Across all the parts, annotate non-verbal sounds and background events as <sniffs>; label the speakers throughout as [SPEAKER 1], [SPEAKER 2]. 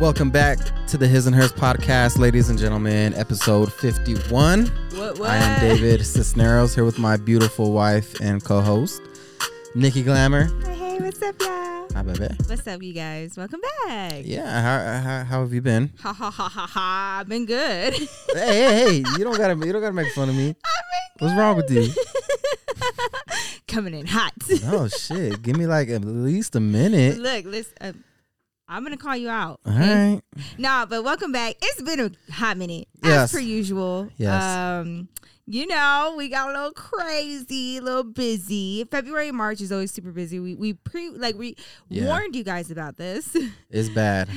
[SPEAKER 1] Welcome back to the His and Hers podcast, ladies and gentlemen, episode 51.
[SPEAKER 2] What, what?
[SPEAKER 1] I am David Cisneros here with my beautiful wife and co host, Nikki Glamour.
[SPEAKER 2] Hey, what's up, y'all?
[SPEAKER 1] Hi, baby.
[SPEAKER 2] What's up, you guys? Welcome back.
[SPEAKER 1] Yeah, how, how, how have you been?
[SPEAKER 2] Ha ha ha ha ha. Been good. <laughs> I've been
[SPEAKER 1] hey, hey, hey, you don't gotta, you don't gotta make fun of me. What's wrong with you?
[SPEAKER 2] <laughs> Coming in hot. <laughs>
[SPEAKER 1] Oh shit! Give me like at least a minute.
[SPEAKER 2] Look, listen. Uh, I'm gonna call you out.
[SPEAKER 1] All
[SPEAKER 2] okay?
[SPEAKER 1] right.
[SPEAKER 2] Nah, but welcome back. It's been a hot minute, as
[SPEAKER 1] Yes.
[SPEAKER 2] per usual.
[SPEAKER 1] Yes.
[SPEAKER 2] Um, you know, we got a little crazy, a little busy. February, March is always super busy. We we pre like we
[SPEAKER 1] Yeah.
[SPEAKER 2] warned you guys about this. <laughs>
[SPEAKER 1] It's bad.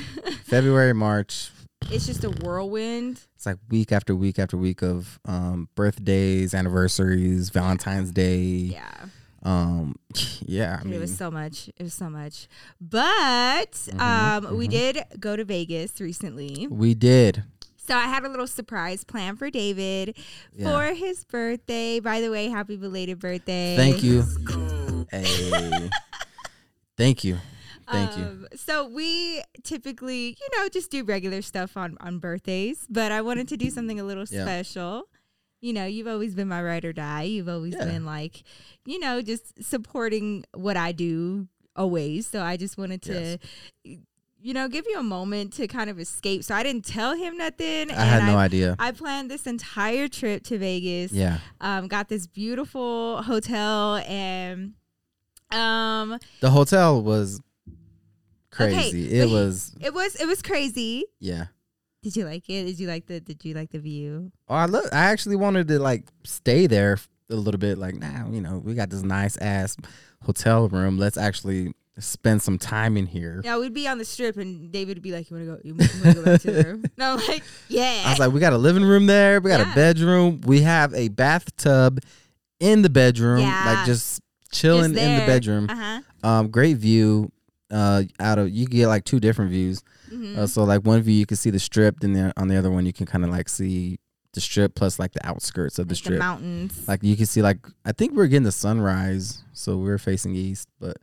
[SPEAKER 1] February, March.
[SPEAKER 2] it's just a whirlwind.
[SPEAKER 1] It's like week after week after week of um, birthdays, anniversaries, Valentine's Day.
[SPEAKER 2] Yeah.
[SPEAKER 1] Um, <laughs> yeah. I mean, Mm-hmm.
[SPEAKER 2] it was so much. It was so much. But um, we did go to Vegas recently.
[SPEAKER 1] we did.
[SPEAKER 2] So I had a little surprise plan for David
[SPEAKER 1] Yeah.
[SPEAKER 2] for his birthday. By the way, happy belated birthday.
[SPEAKER 1] Thank you. Hey. Thank you. Thank you.
[SPEAKER 2] Um, so we typically, you know, just do regular stuff on on birthdays, but I wanted to do something a little
[SPEAKER 1] Yeah.
[SPEAKER 2] special. You know, you've always been my ride or die. You've always
[SPEAKER 1] Yeah.
[SPEAKER 2] been like, you know, just supporting what I do always. So I just wanted to. You know, give you a moment to kind of escape. So I didn't tell him nothing.
[SPEAKER 1] I had no idea.
[SPEAKER 2] I planned this entire trip to Vegas
[SPEAKER 1] yeah.
[SPEAKER 2] um, got this beautiful hotel and um
[SPEAKER 1] The hotel was crazy.
[SPEAKER 2] Okay,
[SPEAKER 1] it
[SPEAKER 2] but-
[SPEAKER 1] was,
[SPEAKER 2] it was it was crazy
[SPEAKER 1] yeah.
[SPEAKER 2] did you like it did you like the did you like the view
[SPEAKER 1] Oh, I look. I actually wanted to like stay there f- a little bit. Like, nah, you know, we got this nice ass hotel room. Let's actually spend some time in here.
[SPEAKER 2] yeah we'd be on the strip and david would be like you want to go you want to go back to the <laughs> room no I'm like yeah
[SPEAKER 1] I was like, we got a living room there. We got
[SPEAKER 2] Yeah.
[SPEAKER 1] a bedroom. We have a bathtub in the bedroom.
[SPEAKER 2] Yeah.
[SPEAKER 1] Like
[SPEAKER 2] Just
[SPEAKER 1] just chilling in the
[SPEAKER 2] there.
[SPEAKER 1] bedroom.
[SPEAKER 2] uh-huh
[SPEAKER 1] Um, great view. Uh, out of you can get like two different views.
[SPEAKER 2] Mhm.
[SPEAKER 1] Uh, so like one view you can see the strip, and then on the other one you can kind of like see the strip plus like the outskirts of the
[SPEAKER 2] Like
[SPEAKER 1] strip.
[SPEAKER 2] mountains
[SPEAKER 1] like you can see like I think we're getting the sunrise, so we're facing east, but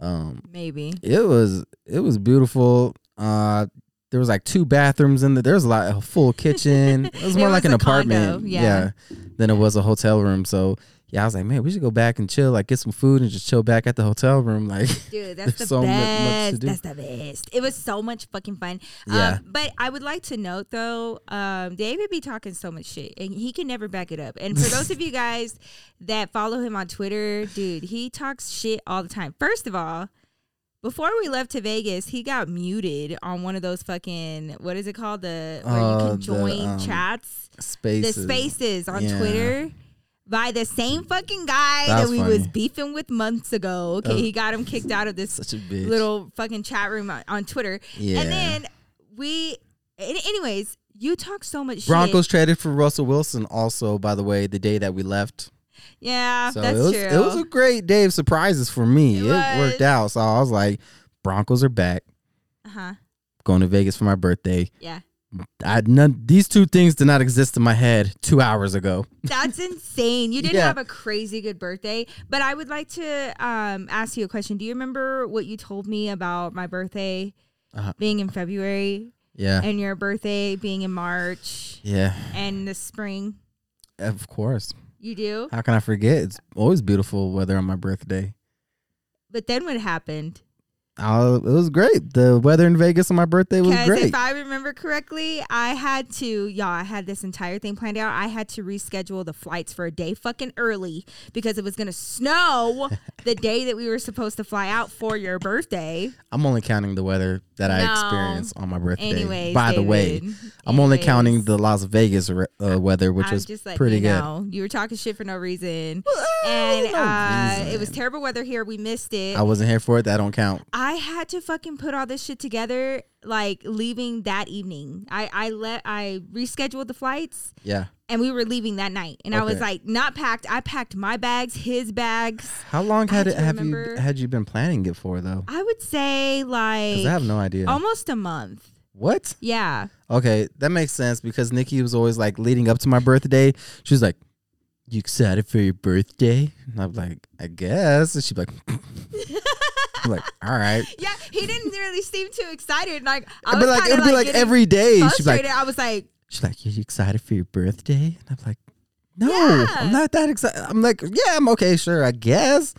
[SPEAKER 1] um
[SPEAKER 2] maybe
[SPEAKER 1] it was it was beautiful. Uh there was like two bathrooms in there. There was a lot a
[SPEAKER 2] <laughs>
[SPEAKER 1] full kitchen. It was
[SPEAKER 2] It
[SPEAKER 1] more like
[SPEAKER 2] was
[SPEAKER 1] an
[SPEAKER 2] a condo,
[SPEAKER 1] apartment.
[SPEAKER 2] yeah.
[SPEAKER 1] Than it was a hotel room. So yeah, I was like, man, we should go back and chill, like get some food and just chill back at the hotel room. <laughs> Like
[SPEAKER 2] Dude, that's the
[SPEAKER 1] There's so mu- much to
[SPEAKER 2] best.
[SPEAKER 1] do.
[SPEAKER 2] That's the best. It was so much fucking fun.
[SPEAKER 1] Yeah.
[SPEAKER 2] Um, but I would like to note though, um, David be talking so much shit, and he can never back it up. And for those of you guys that follow him on Twitter, dude, he talks shit all the time. First of all. Before we left to Vegas, he got muted on one of those fucking what is it called the where you
[SPEAKER 1] Uh,
[SPEAKER 2] can
[SPEAKER 1] the,
[SPEAKER 2] join
[SPEAKER 1] um,
[SPEAKER 2] chats,
[SPEAKER 1] spaces.
[SPEAKER 2] the spaces on
[SPEAKER 1] Yeah.
[SPEAKER 2] Twitter by the same fucking guy that
[SPEAKER 1] That's
[SPEAKER 2] we
[SPEAKER 1] funny.
[SPEAKER 2] was beefing with months ago. Okay,
[SPEAKER 1] Oh.
[SPEAKER 2] he got him kicked out of this
[SPEAKER 1] Such a bitch.
[SPEAKER 2] little fucking chat room on, on Twitter.
[SPEAKER 1] Yeah.
[SPEAKER 2] And then we, an- anyways, you talk so much
[SPEAKER 1] Broncos
[SPEAKER 2] shit.
[SPEAKER 1] traded for Russell Wilson also, by the way, the day that we left.
[SPEAKER 2] Yeah,
[SPEAKER 1] So
[SPEAKER 2] Oh, that's
[SPEAKER 1] it was
[SPEAKER 2] true.
[SPEAKER 1] it was a great day of surprises for me.
[SPEAKER 2] It
[SPEAKER 1] It,
[SPEAKER 2] was.
[SPEAKER 1] worked out. So I was like, Broncos are back.
[SPEAKER 2] uh-huh.
[SPEAKER 1] Going to Vegas for my birthday.
[SPEAKER 2] Yeah.
[SPEAKER 1] I none, these two things did not exist in my head two hours ago.
[SPEAKER 2] That's insane. You did
[SPEAKER 1] Yeah.
[SPEAKER 2] have a crazy good birthday, but I would like to um, ask you a question. Do you remember what you told me about my birthday
[SPEAKER 1] Uh-huh.
[SPEAKER 2] being in February
[SPEAKER 1] Yeah,
[SPEAKER 2] and your birthday being in March
[SPEAKER 1] yeah,
[SPEAKER 2] and the spring?
[SPEAKER 1] of course.
[SPEAKER 2] You do?
[SPEAKER 1] How can I forget? It's always beautiful weather on my birthday.
[SPEAKER 2] But then what happened?
[SPEAKER 1] I, it was great. The weather in Vegas on my birthday was
[SPEAKER 2] Because
[SPEAKER 1] great.
[SPEAKER 2] if I remember correctly, I had to, y'all, I had this entire thing planned out. I had to reschedule the flights for a day fucking early because it was going to
[SPEAKER 1] <laughs>
[SPEAKER 2] snow the day that we were supposed to fly out for your birthday.
[SPEAKER 1] I'm only counting the weather that I
[SPEAKER 2] No.
[SPEAKER 1] experienced on my birthday.
[SPEAKER 2] Anyways,
[SPEAKER 1] By the way,
[SPEAKER 2] David.
[SPEAKER 1] I'm only
[SPEAKER 2] Anyways.
[SPEAKER 1] counting the Las Vegas re- uh, weather, which
[SPEAKER 2] I'm
[SPEAKER 1] was
[SPEAKER 2] just letting
[SPEAKER 1] pretty
[SPEAKER 2] you
[SPEAKER 1] good.
[SPEAKER 2] know. You were talking shit for no reason.
[SPEAKER 1] Well,
[SPEAKER 2] and
[SPEAKER 1] no
[SPEAKER 2] uh, it
[SPEAKER 1] reason.
[SPEAKER 2] was terrible weather here. We missed it.
[SPEAKER 1] I wasn't here for it. That don't count.
[SPEAKER 2] I had to fucking put all this shit together, like leaving that evening. I, I let I rescheduled the flights.
[SPEAKER 1] Yeah.
[SPEAKER 2] and we were leaving that night and i was
[SPEAKER 1] Okay.
[SPEAKER 2] like not packed i packed my bags his bags
[SPEAKER 1] How long
[SPEAKER 2] I have
[SPEAKER 1] had it
[SPEAKER 2] to
[SPEAKER 1] have
[SPEAKER 2] remember.
[SPEAKER 1] you had you been planning it for though?
[SPEAKER 2] i Oh would say like
[SPEAKER 1] Because I have no idea.
[SPEAKER 2] almost a month
[SPEAKER 1] what?
[SPEAKER 2] yeah
[SPEAKER 1] Okay, that makes sense because Nikki was always like leading up to my birthday. She was like, "You excited for your birthday?" And I'm like, "I guess." And she'd be like, <laughs> I'm like, all right.
[SPEAKER 2] Yeah, he didn't
[SPEAKER 1] <laughs>
[SPEAKER 2] really seem too excited. Like I was
[SPEAKER 1] But like
[SPEAKER 2] kinda,
[SPEAKER 1] it would be like
[SPEAKER 2] getting
[SPEAKER 1] every day. She's
[SPEAKER 2] frustrated.
[SPEAKER 1] like,
[SPEAKER 2] I was like,
[SPEAKER 1] she's like, you excited for your birthday? And I'm like, no,
[SPEAKER 2] Yeah.
[SPEAKER 1] I'm not that excited. I'm like, yeah, I'm okay, sure, I guess.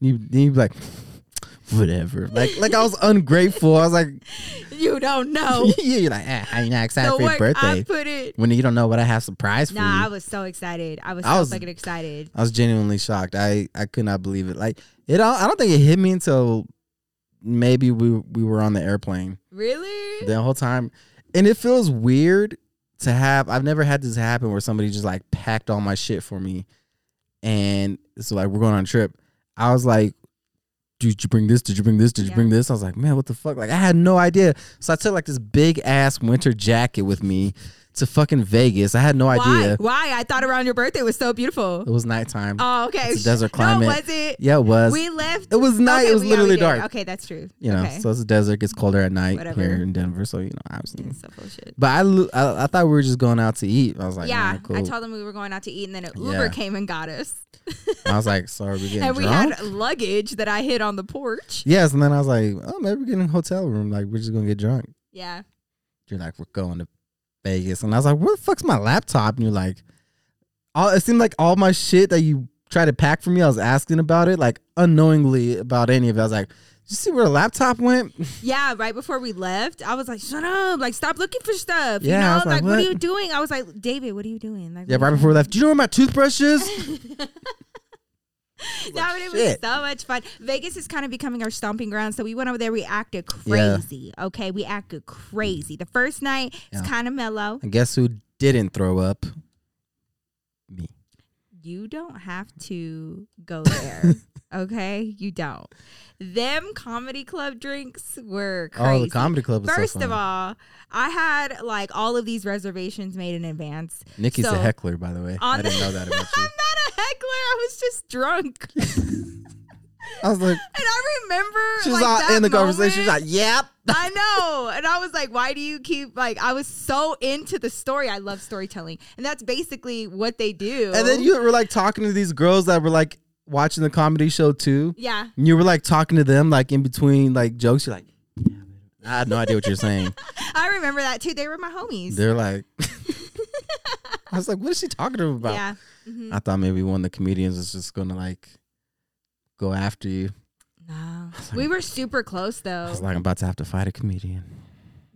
[SPEAKER 1] And you, then you be like, <laughs> whatever. Like, like
[SPEAKER 2] <laughs>
[SPEAKER 1] I was ungrateful. I was like,
[SPEAKER 2] you don't know.
[SPEAKER 1] <laughs> yeah, you're like, eh, how you not excited
[SPEAKER 2] the
[SPEAKER 1] for your
[SPEAKER 2] work I
[SPEAKER 1] birthday
[SPEAKER 2] put it.
[SPEAKER 1] when you don't know what I have surprised for you.
[SPEAKER 2] Nah, I was so excited. I was so
[SPEAKER 1] I was-
[SPEAKER 2] fucking excited.
[SPEAKER 1] I was genuinely shocked. I I could not believe it. Like it, all, I don't think it hit me until maybe we we were on the airplane
[SPEAKER 2] Really?
[SPEAKER 1] the whole time, and it feels weird to have. I've never had this happen where somebody just like packed all my shit for me, and so like we're going on a trip. I was like. Did you bring this? Did you bring this? Did you
[SPEAKER 2] Yeah.
[SPEAKER 1] bring this? I was like, man, what the fuck? Like, I had no idea. So I took like this big ass winter jacket with me to fucking Vegas. I had no
[SPEAKER 2] Why?
[SPEAKER 1] idea.
[SPEAKER 2] Why? I thought around your birthday was so beautiful.
[SPEAKER 1] It was nighttime.
[SPEAKER 2] Oh, okay.
[SPEAKER 1] It's a desert
[SPEAKER 2] No,
[SPEAKER 1] climate.
[SPEAKER 2] was it?
[SPEAKER 1] Yeah, it was.
[SPEAKER 2] We left.
[SPEAKER 1] It was night.
[SPEAKER 2] Okay,
[SPEAKER 1] it was
[SPEAKER 2] we- yeah, we
[SPEAKER 1] literally
[SPEAKER 2] did.
[SPEAKER 1] dark.
[SPEAKER 2] Okay, that's true.
[SPEAKER 1] You know,
[SPEAKER 2] okay.
[SPEAKER 1] so it's a desert. Gets colder at night
[SPEAKER 2] Whatever.
[SPEAKER 1] here in Denver. So you know, obviously.
[SPEAKER 2] Yeah, so bullshit.
[SPEAKER 1] But I, lo- I, I thought we were just going out to eat. I was like,
[SPEAKER 2] oh, yeah,
[SPEAKER 1] yeah, cool.
[SPEAKER 2] I told them we were going out to eat, and then an Uber
[SPEAKER 1] Yeah.
[SPEAKER 2] came and got us,
[SPEAKER 1] I was like, so are we
[SPEAKER 2] <laughs>
[SPEAKER 1] getting
[SPEAKER 2] and we
[SPEAKER 1] drunk?
[SPEAKER 2] had luggage that I hid on the porch.
[SPEAKER 1] yes, and then I was like, oh, maybe we're getting a hotel room. Like we're just gonna get drunk.
[SPEAKER 2] Yeah,
[SPEAKER 1] You're like, we're going to Vegas, and I was like, where the fuck's my laptop? And you're like, all it seemed like all my shit that you tried to pack for me. I was asking about it, like unknowingly about any of it. I was like, you see where the laptop went?
[SPEAKER 2] yeah. Right before we left, I was like, "Shut up! Like, stop looking for stuff."
[SPEAKER 1] Yeah, I
[SPEAKER 2] you
[SPEAKER 1] was
[SPEAKER 2] know, like,
[SPEAKER 1] like,
[SPEAKER 2] what?
[SPEAKER 1] "What?"
[SPEAKER 2] are you doing? I was like, "David, what are you doing?" Like,
[SPEAKER 1] yeah,
[SPEAKER 2] what
[SPEAKER 1] right
[SPEAKER 2] are <laughs>
[SPEAKER 1] before we left. Do you know where my toothbrush is?
[SPEAKER 2] you-" No, but it was
[SPEAKER 1] shit.
[SPEAKER 2] so much fun. Vegas is kind of becoming our stomping ground, so we went over there. We acted
[SPEAKER 1] Yeah.
[SPEAKER 2] crazy. Okay, we acted crazy. The first night,
[SPEAKER 1] Yeah.
[SPEAKER 2] it's kind of mellow.
[SPEAKER 1] And guess who didn't throw up? Me.
[SPEAKER 2] you don't have to go
[SPEAKER 1] <laughs>
[SPEAKER 2] there. okay, you don't. Them comedy club drinks were crazy.
[SPEAKER 1] Oh, the comedy club was
[SPEAKER 2] First
[SPEAKER 1] so
[SPEAKER 2] of
[SPEAKER 1] fun.
[SPEAKER 2] all, I had like all of these reservations made in advance.
[SPEAKER 1] Nikki's
[SPEAKER 2] so-
[SPEAKER 1] a heckler, by the way. I
[SPEAKER 2] On
[SPEAKER 1] didn't
[SPEAKER 2] the-
[SPEAKER 1] know that about
[SPEAKER 2] <laughs> I'm
[SPEAKER 1] you.
[SPEAKER 2] not a heckler. I was just drunk, and
[SPEAKER 1] <laughs> I was like,
[SPEAKER 2] I remember
[SPEAKER 1] she was
[SPEAKER 2] like,
[SPEAKER 1] all
[SPEAKER 2] that
[SPEAKER 1] in the conversation. She's
[SPEAKER 2] moment.
[SPEAKER 1] like, yep.
[SPEAKER 2] I know. And I was like, why do you keep like I was so into the story. I love storytelling. And that's basically what they do.
[SPEAKER 1] And then you were like talking to these girls that were like watching the comedy show too.
[SPEAKER 2] Yeah.
[SPEAKER 1] And you were like talking to them like in between like jokes. You're like, I had no idea what
[SPEAKER 2] <laughs>
[SPEAKER 1] you're saying.
[SPEAKER 2] I remember that too. They were my homies.
[SPEAKER 1] They're like, <laughs> I was like, what is she talking to them about?
[SPEAKER 2] yeah. Mhm.
[SPEAKER 1] I thought maybe one of the comedians was just gonna like go after you. <laughs>
[SPEAKER 2] No. We were super close
[SPEAKER 1] I
[SPEAKER 2] though.
[SPEAKER 1] was like, I'm about to have to fight a comedian.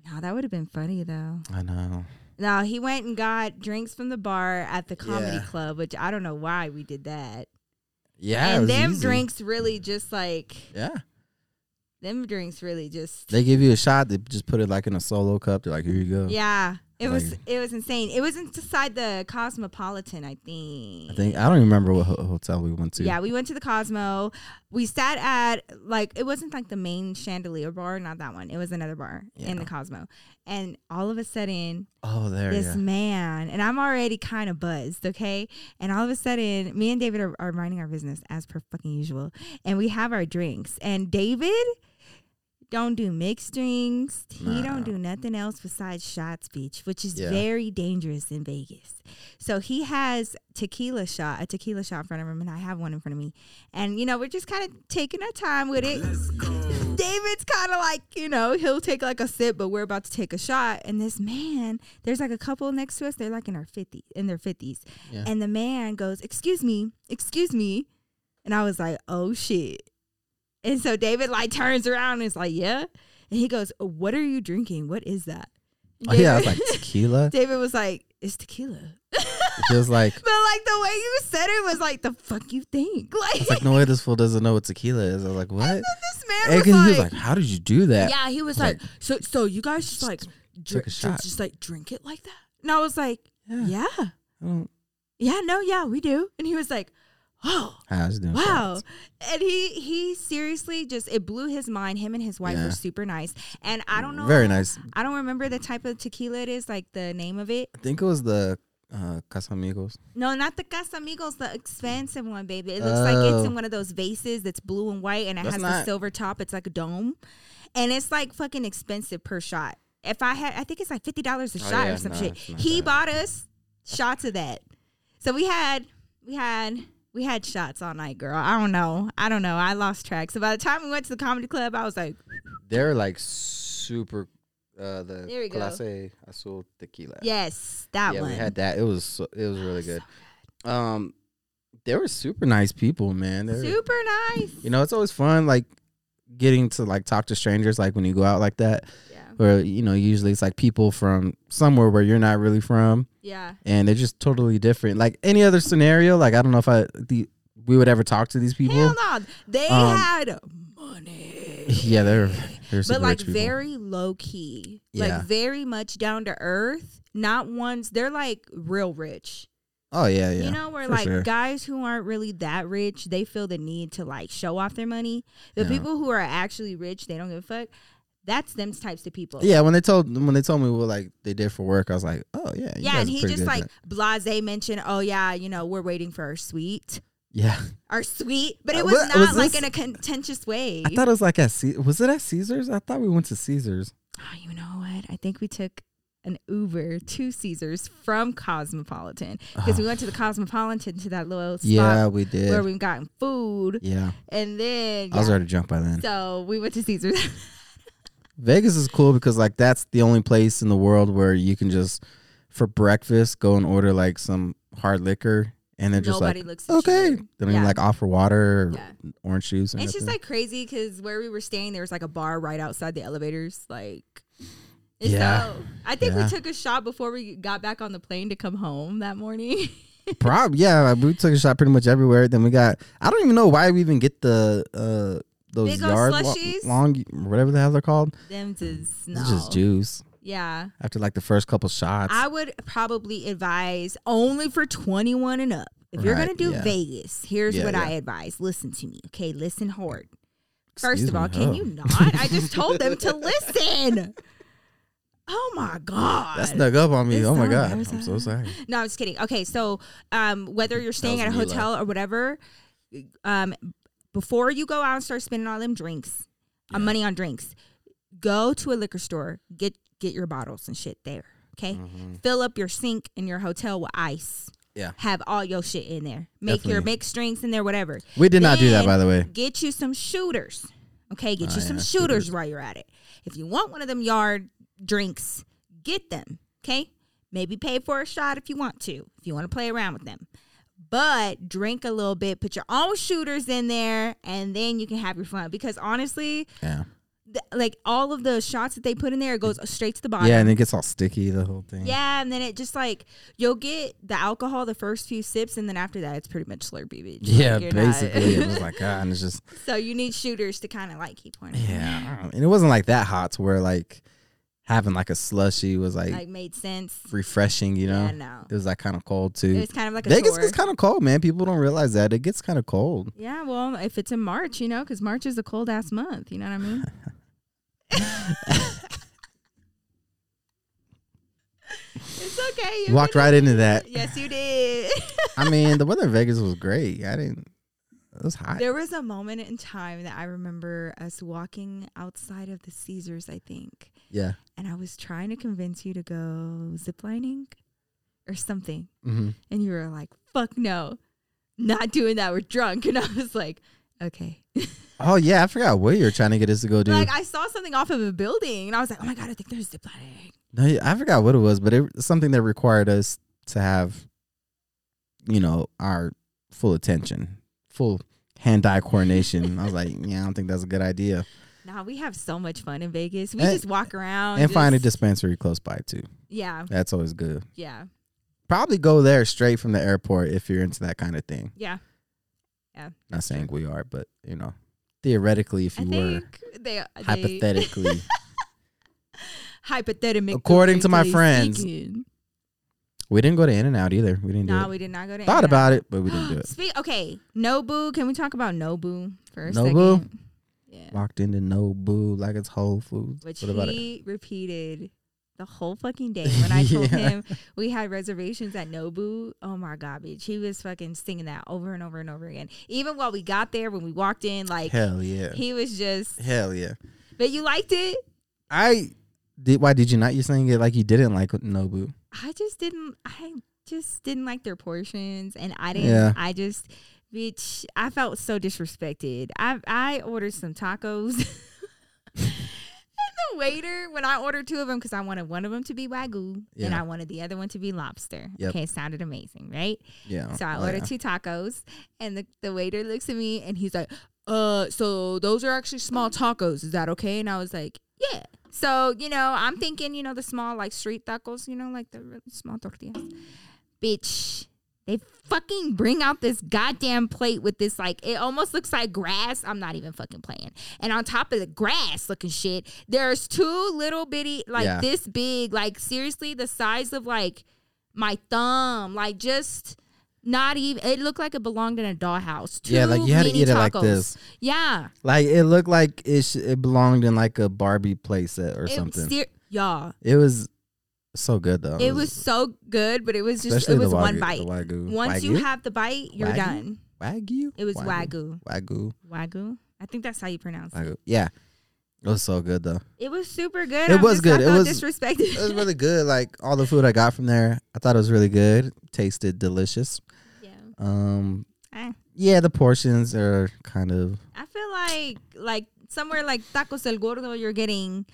[SPEAKER 2] No, that would have been funny though.
[SPEAKER 1] I know.
[SPEAKER 2] No, he went and got drinks from the bar at the comedy
[SPEAKER 1] Yeah.
[SPEAKER 2] club, which I don't know why we did that.
[SPEAKER 1] Yeah, it
[SPEAKER 2] and
[SPEAKER 1] was
[SPEAKER 2] them
[SPEAKER 1] easy.
[SPEAKER 2] drinks really just like
[SPEAKER 1] Yeah,
[SPEAKER 2] them drinks really just
[SPEAKER 1] they give you a shot. They just put it like in a solo cup. They're like, here you go.
[SPEAKER 2] Yeah. It
[SPEAKER 1] Like-
[SPEAKER 2] was it was insane. It was inside the Cosmopolitan, I think.
[SPEAKER 1] I think I don't even remember what ho- hotel we went to.
[SPEAKER 2] Yeah, we went to the Cosmo. We sat at like it wasn't like the main chandelier bar, not that one. It was another bar in the Cosmo. And all of a sudden,
[SPEAKER 1] Oh, there.
[SPEAKER 2] this
[SPEAKER 1] Yeah.
[SPEAKER 2] man and I'm already kind of buzzed, okay? And all of a sudden, me and David are, are minding our business as per fucking usual, and we have our drinks. And David don't do mixed drinks. He don't do nothing else besides shot speech, which is
[SPEAKER 1] Yeah.
[SPEAKER 2] very dangerous in Vegas. So he has tequila shot, a tequila shot in front of him, and I have one in front of me. And you know, we're just kind of taking our time with it. David's kind of like, you know, he'll take like a sip, but we're about to take a shot. And this man, there's like a couple next to us. They're like in our 50s, in their 50s.
[SPEAKER 1] Yeah.
[SPEAKER 2] And the man goes, Excuse me, excuse me. And I was like, Oh shit. And so David like turns around and is like, Yeah. And he goes, What are you drinking? What is that? And
[SPEAKER 1] Oh, yeah. I was
[SPEAKER 2] <laughs>
[SPEAKER 1] like
[SPEAKER 2] David-
[SPEAKER 1] tequila.
[SPEAKER 2] David was like, It's tequila.
[SPEAKER 1] Just like
[SPEAKER 2] But like the way you said it was like, The fuck you think? <laughs> Like,
[SPEAKER 1] it's like no way this fool doesn't know what tequila is. I was like, what?
[SPEAKER 2] this man
[SPEAKER 1] And
[SPEAKER 2] was
[SPEAKER 1] he
[SPEAKER 2] like,
[SPEAKER 1] was like, how did you do that?
[SPEAKER 2] Yeah, he was like,
[SPEAKER 1] Like-
[SPEAKER 2] so so you guys just like drink,
[SPEAKER 1] a shot.
[SPEAKER 2] just like drink it like that. And I was like,
[SPEAKER 1] Yeah.
[SPEAKER 2] yeah,
[SPEAKER 1] I don't-
[SPEAKER 2] yeah, no, yeah, we do. And he was like, oh.
[SPEAKER 1] I was doing
[SPEAKER 2] Wow.
[SPEAKER 1] shots.
[SPEAKER 2] And he he seriously just it blew his mind. Him and his wife
[SPEAKER 1] Yeah.
[SPEAKER 2] were super nice. And I don't know
[SPEAKER 1] Very nice.
[SPEAKER 2] I don't remember the type of tequila it is, like the name of it.
[SPEAKER 1] I think it was the uh, Casamigos.
[SPEAKER 2] No, not the Casamigos, the expensive one, baby. It looks like
[SPEAKER 1] Oh.
[SPEAKER 2] it's in one of those vases that's blue and white and it
[SPEAKER 1] That's
[SPEAKER 2] has the
[SPEAKER 1] not-
[SPEAKER 2] silver top. It's like a dome. And it's like fucking expensive per shot. If I had I think it's like fifty dollars a
[SPEAKER 1] Oh,
[SPEAKER 2] shot
[SPEAKER 1] yeah,
[SPEAKER 2] or some
[SPEAKER 1] nah,
[SPEAKER 2] shit.
[SPEAKER 1] it's not
[SPEAKER 2] He
[SPEAKER 1] that.
[SPEAKER 2] bought us shots of that. So we had we had We had shots all night, girl. I don't know. I don't know. I lost track. So by the time we went to the comedy club, I was like,
[SPEAKER 3] They're like super. Uh, the
[SPEAKER 2] There we go.
[SPEAKER 3] Clase Azul tequila.
[SPEAKER 2] yes, that
[SPEAKER 3] yeah,
[SPEAKER 2] one.
[SPEAKER 3] we had that. It was so, it was really
[SPEAKER 2] So
[SPEAKER 3] good. Um,
[SPEAKER 1] They were super nice people, man. They were-
[SPEAKER 2] Super nice.
[SPEAKER 1] you know, it's always fun like getting to like talk to strangers like when you go out like that.
[SPEAKER 2] Yeah.
[SPEAKER 1] Or you know, usually it's like people from somewhere where you're not really from.
[SPEAKER 2] Yeah.
[SPEAKER 1] and they're just totally different. Like any other scenario, like I don't know if I the we would ever talk to these people.
[SPEAKER 2] Hell no. They
[SPEAKER 1] Um,
[SPEAKER 2] had money.
[SPEAKER 1] Yeah, they're they're super
[SPEAKER 2] but like
[SPEAKER 1] rich people.
[SPEAKER 2] very low key,
[SPEAKER 1] Yeah.
[SPEAKER 2] like very much down to earth. Not ones they're like real rich.
[SPEAKER 1] oh yeah, yeah.
[SPEAKER 2] you know, where
[SPEAKER 1] for
[SPEAKER 2] like
[SPEAKER 1] sure.
[SPEAKER 2] guys who aren't really that rich, they feel the need to like show off their money. The
[SPEAKER 1] Yeah.
[SPEAKER 2] people who are actually rich, they don't give a fuck. That's them types of people.
[SPEAKER 1] yeah, when they told when they told me what like they did for work, I was like, oh yeah, you
[SPEAKER 2] Yeah,
[SPEAKER 1] guys
[SPEAKER 2] and
[SPEAKER 1] are
[SPEAKER 2] he
[SPEAKER 1] pretty
[SPEAKER 2] just
[SPEAKER 1] good at
[SPEAKER 2] like
[SPEAKER 1] that.
[SPEAKER 2] blase mentioned, oh yeah, you know, we're waiting for our suite,
[SPEAKER 1] yeah.
[SPEAKER 2] our suite, but it
[SPEAKER 1] Uh,
[SPEAKER 2] was
[SPEAKER 1] what-
[SPEAKER 2] not
[SPEAKER 1] was
[SPEAKER 2] like
[SPEAKER 1] this-
[SPEAKER 2] in a contentious way.
[SPEAKER 1] I thought it was like at Ce- was it at Caesars? I thought we went to Caesars.
[SPEAKER 2] Oh, you know what? I think we took an Uber to Caesars from Cosmopolitan because we went to the Cosmopolitan to that little spot
[SPEAKER 1] Uh-huh. Uh, Yeah, we did.
[SPEAKER 2] where we gotten food,
[SPEAKER 1] yeah.
[SPEAKER 2] and then
[SPEAKER 1] I was
[SPEAKER 2] yeah,
[SPEAKER 1] ready to jump by then.
[SPEAKER 2] so we went to Caesars. <laughs>
[SPEAKER 1] Vegas is cool because like that's the only place in the world where you can just for breakfast go and order like some hard liquor and they're just like
[SPEAKER 2] Nobody looks at
[SPEAKER 1] okay.
[SPEAKER 2] You.
[SPEAKER 1] They don't even
[SPEAKER 2] Yeah.
[SPEAKER 1] like offer water or
[SPEAKER 2] Yeah.
[SPEAKER 1] orange juice. Or
[SPEAKER 2] It's just
[SPEAKER 1] nothing.
[SPEAKER 2] like crazy because where we were staying, there was like a bar right outside the elevators, like. and
[SPEAKER 1] Yeah.
[SPEAKER 2] So I think
[SPEAKER 1] Yeah.
[SPEAKER 2] we took a shot before we got back on the plane to come home that morning. <laughs>
[SPEAKER 1] prob yeah. We took a shot pretty much everywhere. Then we got I don't even know why we even get the uh those
[SPEAKER 2] Big ol'
[SPEAKER 1] yard wa-
[SPEAKER 2] slushies?
[SPEAKER 1] long whatever the hell they're called.
[SPEAKER 2] Them just no.
[SPEAKER 1] It's Mm. just juice
[SPEAKER 2] Yeah.
[SPEAKER 1] after like the first couple shots.
[SPEAKER 2] I would probably advise only for 21 and up. If you're
[SPEAKER 1] Right,
[SPEAKER 2] going to do
[SPEAKER 1] yeah.
[SPEAKER 2] Vegas, here's
[SPEAKER 1] Yeah,
[SPEAKER 2] what
[SPEAKER 1] yeah.
[SPEAKER 2] I advise. Listen to me, okay? Listen hard. First
[SPEAKER 1] Excuse
[SPEAKER 2] of all,
[SPEAKER 1] me,
[SPEAKER 2] can
[SPEAKER 1] oh.
[SPEAKER 2] you not? I just told
[SPEAKER 1] <laughs>
[SPEAKER 2] them to listen. Oh my God.
[SPEAKER 1] that snuck up on me.
[SPEAKER 2] It's
[SPEAKER 1] Oh my
[SPEAKER 2] so
[SPEAKER 1] god, I'm so
[SPEAKER 2] embarrassing.
[SPEAKER 1] sorry.
[SPEAKER 2] no, I'm just kidding. Okay, so um, whether you're staying
[SPEAKER 3] was
[SPEAKER 2] at a
[SPEAKER 3] Mila.
[SPEAKER 2] hotel or whatever, um, before you go out and start spending all them drinks, uh, money on drinks, go to a liquor store, get get your bottles and shit there. Okay, fill up your sink in your hotel with ice.
[SPEAKER 1] Mm-hmm. Yeah.
[SPEAKER 2] have all your shit in there. Make your
[SPEAKER 1] Definitely.
[SPEAKER 2] mixed drinks in there, whatever.
[SPEAKER 1] We did not do that
[SPEAKER 2] Then
[SPEAKER 1] by the way.
[SPEAKER 2] Get you some shooters. Okay, get
[SPEAKER 1] Oh,
[SPEAKER 2] you some
[SPEAKER 1] yeah,
[SPEAKER 2] shooters
[SPEAKER 1] shooters.
[SPEAKER 2] while you're at it. If you want one of them yard drinks, get them. Okay? Maybe pay for a shot if you want to, if you want to play around with them. But drink a little bit, put your own shooters in there, and then you can have your fun. Because honestly,
[SPEAKER 1] Yeah.
[SPEAKER 2] th- like all of the shots that they put in there, it goes straight to the bottom.
[SPEAKER 1] Yeah, and it gets all sticky the whole thing.
[SPEAKER 2] Yeah, and then it just like you'll get the alcohol the first few sips, and then after that, it's pretty much slurpee bitch.
[SPEAKER 1] Yeah,
[SPEAKER 2] Like, you're not- <laughs>
[SPEAKER 1] basically, it was like, ah, and it's just
[SPEAKER 2] so you need shooters to kind of like keep one.
[SPEAKER 1] Yeah, I don't- and it wasn't like that hot to where like having like a slushy was like,
[SPEAKER 2] like made sense.
[SPEAKER 1] refreshing. You know,
[SPEAKER 2] Yeah, no,
[SPEAKER 1] it was like kind of cold
[SPEAKER 2] it
[SPEAKER 1] too.
[SPEAKER 2] was kind of like a
[SPEAKER 1] Vegas
[SPEAKER 2] chore.
[SPEAKER 1] gets kind of cold, man. People don't realize that it gets kind of cold.
[SPEAKER 2] yeah, well, if it's in March, you know, because March is a cold ass month. You know what I
[SPEAKER 1] <laughs>
[SPEAKER 2] mean? it's okay. You
[SPEAKER 1] Walked
[SPEAKER 2] can-
[SPEAKER 1] right into that.
[SPEAKER 2] <laughs> Yes, you
[SPEAKER 1] <laughs>
[SPEAKER 2] did.
[SPEAKER 1] I mean, the weather in Vegas was great. I didn't. It was hot.
[SPEAKER 2] There was a moment in time that I remember us walking outside of the Caesars, I think,
[SPEAKER 1] Yeah.
[SPEAKER 2] and I was trying to convince you to go ziplining or something.
[SPEAKER 1] hmm
[SPEAKER 2] And you were like, fuck no, not doing that. We're drunk. <laughs> And I was like, okay. <laughs>
[SPEAKER 1] Oh yeah, I forgot what you were trying to get us to go do.
[SPEAKER 2] Like, I saw something off of a building and I was like, oh my God, I think there's ziplining.
[SPEAKER 1] no, yeah, I forgot what it was, but it was something that required us to have, you know, our full attention, full hand-eye coordination. I was like, yeah, I don't think that's a good idea.
[SPEAKER 2] <laughs> Nah, we have so much fun in Vegas. We
[SPEAKER 1] And-
[SPEAKER 2] just walk around
[SPEAKER 1] and find a
[SPEAKER 2] just-
[SPEAKER 1] dispensary close by too.
[SPEAKER 2] Yeah,
[SPEAKER 1] That's always good.
[SPEAKER 2] yeah,
[SPEAKER 1] Probably go there straight from the airport if you're into that kind of thing.
[SPEAKER 2] yeah.
[SPEAKER 1] Not saying we are, but you know, theoretically, if
[SPEAKER 2] I
[SPEAKER 1] you were,
[SPEAKER 2] think they, they
[SPEAKER 1] hypothetically,
[SPEAKER 2] <laughs> hypothetically,
[SPEAKER 1] According to my friends,
[SPEAKER 2] speaking.
[SPEAKER 1] we didn't go to In and Out either. We didn't
[SPEAKER 2] Nah,
[SPEAKER 1] do it.
[SPEAKER 2] we did not go to. In-N-Out.
[SPEAKER 1] Thought about it, but we didn't
[SPEAKER 2] <gasps>
[SPEAKER 1] do it. <laughs>
[SPEAKER 2] Speak okay, Nobu. Can we talk about Nobu for a
[SPEAKER 1] Nobu?
[SPEAKER 2] second? Yeah,
[SPEAKER 1] Walked into No Boo like it's Whole Foods.
[SPEAKER 2] which
[SPEAKER 1] what about it?
[SPEAKER 2] he repeated the whole fucking
[SPEAKER 1] <laughs>
[SPEAKER 2] day when I told
[SPEAKER 1] Yeah.
[SPEAKER 2] him we had reservations at Nobu. Oh my god, bitch! He was fucking singing that over and over and over again. Even while we got there, when we walked in, like
[SPEAKER 1] Hell yeah,
[SPEAKER 2] he was just.
[SPEAKER 1] hell yeah.
[SPEAKER 2] But you liked it.
[SPEAKER 1] I did. Why did you not? You're saying it like you didn't like No Boo.
[SPEAKER 2] I just didn't. I just didn't like their portions, and I didn't.
[SPEAKER 1] Yeah.
[SPEAKER 2] I just Bitch, I felt so disrespected. I I ordered some tacos. <laughs> and the waiter, when I ordered two of them, because I wanted one of them to be wagyu and
[SPEAKER 1] Yeah.
[SPEAKER 2] I wanted the other one to be lobster.
[SPEAKER 1] Yep.
[SPEAKER 2] Okay, it sounded amazing, right?
[SPEAKER 1] Yeah.
[SPEAKER 2] So I
[SPEAKER 1] Oh,
[SPEAKER 2] ordered two
[SPEAKER 1] yeah.
[SPEAKER 2] tacos, and the, the waiter looks at me and he's like, "Uh, so those are actually small tacos. Is that okay?" And I was like, "Yeah." So you know, I'm thinking, you know, the small like street tacos, you know, like the really small tortillas. Bitch, they fucking bring out this goddamn plate with this like it almost looks like grass. I'm not even fucking playing. And on top of the grass looking shit, there's two little bitty like
[SPEAKER 1] Yeah.
[SPEAKER 2] this big, like seriously the size of like my thumb, like just not even. It looked like it belonged in a dollhouse. Two
[SPEAKER 1] Yeah, like you had to
[SPEAKER 2] mini
[SPEAKER 1] eat it like
[SPEAKER 2] tacos.
[SPEAKER 1] this.
[SPEAKER 2] Yeah,
[SPEAKER 1] Like it looked like it sh- it belonged in like a Barbie playset or
[SPEAKER 2] It-
[SPEAKER 1] something.
[SPEAKER 2] ser- y'all,
[SPEAKER 1] it was so good though.
[SPEAKER 2] it was so good, but it was just
[SPEAKER 1] especially
[SPEAKER 2] it
[SPEAKER 1] the
[SPEAKER 2] was one
[SPEAKER 1] wagyu-
[SPEAKER 2] bite.
[SPEAKER 1] the wagyu.
[SPEAKER 2] Once you
[SPEAKER 1] Wagyu?
[SPEAKER 2] have the bite, you're
[SPEAKER 1] Wagyu?
[SPEAKER 2] done.
[SPEAKER 1] wagyu.
[SPEAKER 2] It was wagyu.
[SPEAKER 1] Wagyu.
[SPEAKER 2] Wagyu. I think that's how you pronounce it.
[SPEAKER 1] Wagyu. Yeah. It was so good though.
[SPEAKER 2] It was super good.
[SPEAKER 1] It
[SPEAKER 2] I'm
[SPEAKER 1] was
[SPEAKER 2] just- I
[SPEAKER 1] good. It
[SPEAKER 2] felt
[SPEAKER 1] was-
[SPEAKER 2] disrespected.
[SPEAKER 1] <laughs> It was really good. Like all the food I got from there, I thought it was really good. Tasted delicious.
[SPEAKER 2] <laughs> yeah.
[SPEAKER 1] Um,
[SPEAKER 2] Eh.
[SPEAKER 1] yeah, the portions are kind of
[SPEAKER 2] I feel like like somewhere like Tacos El Gordo, you're getting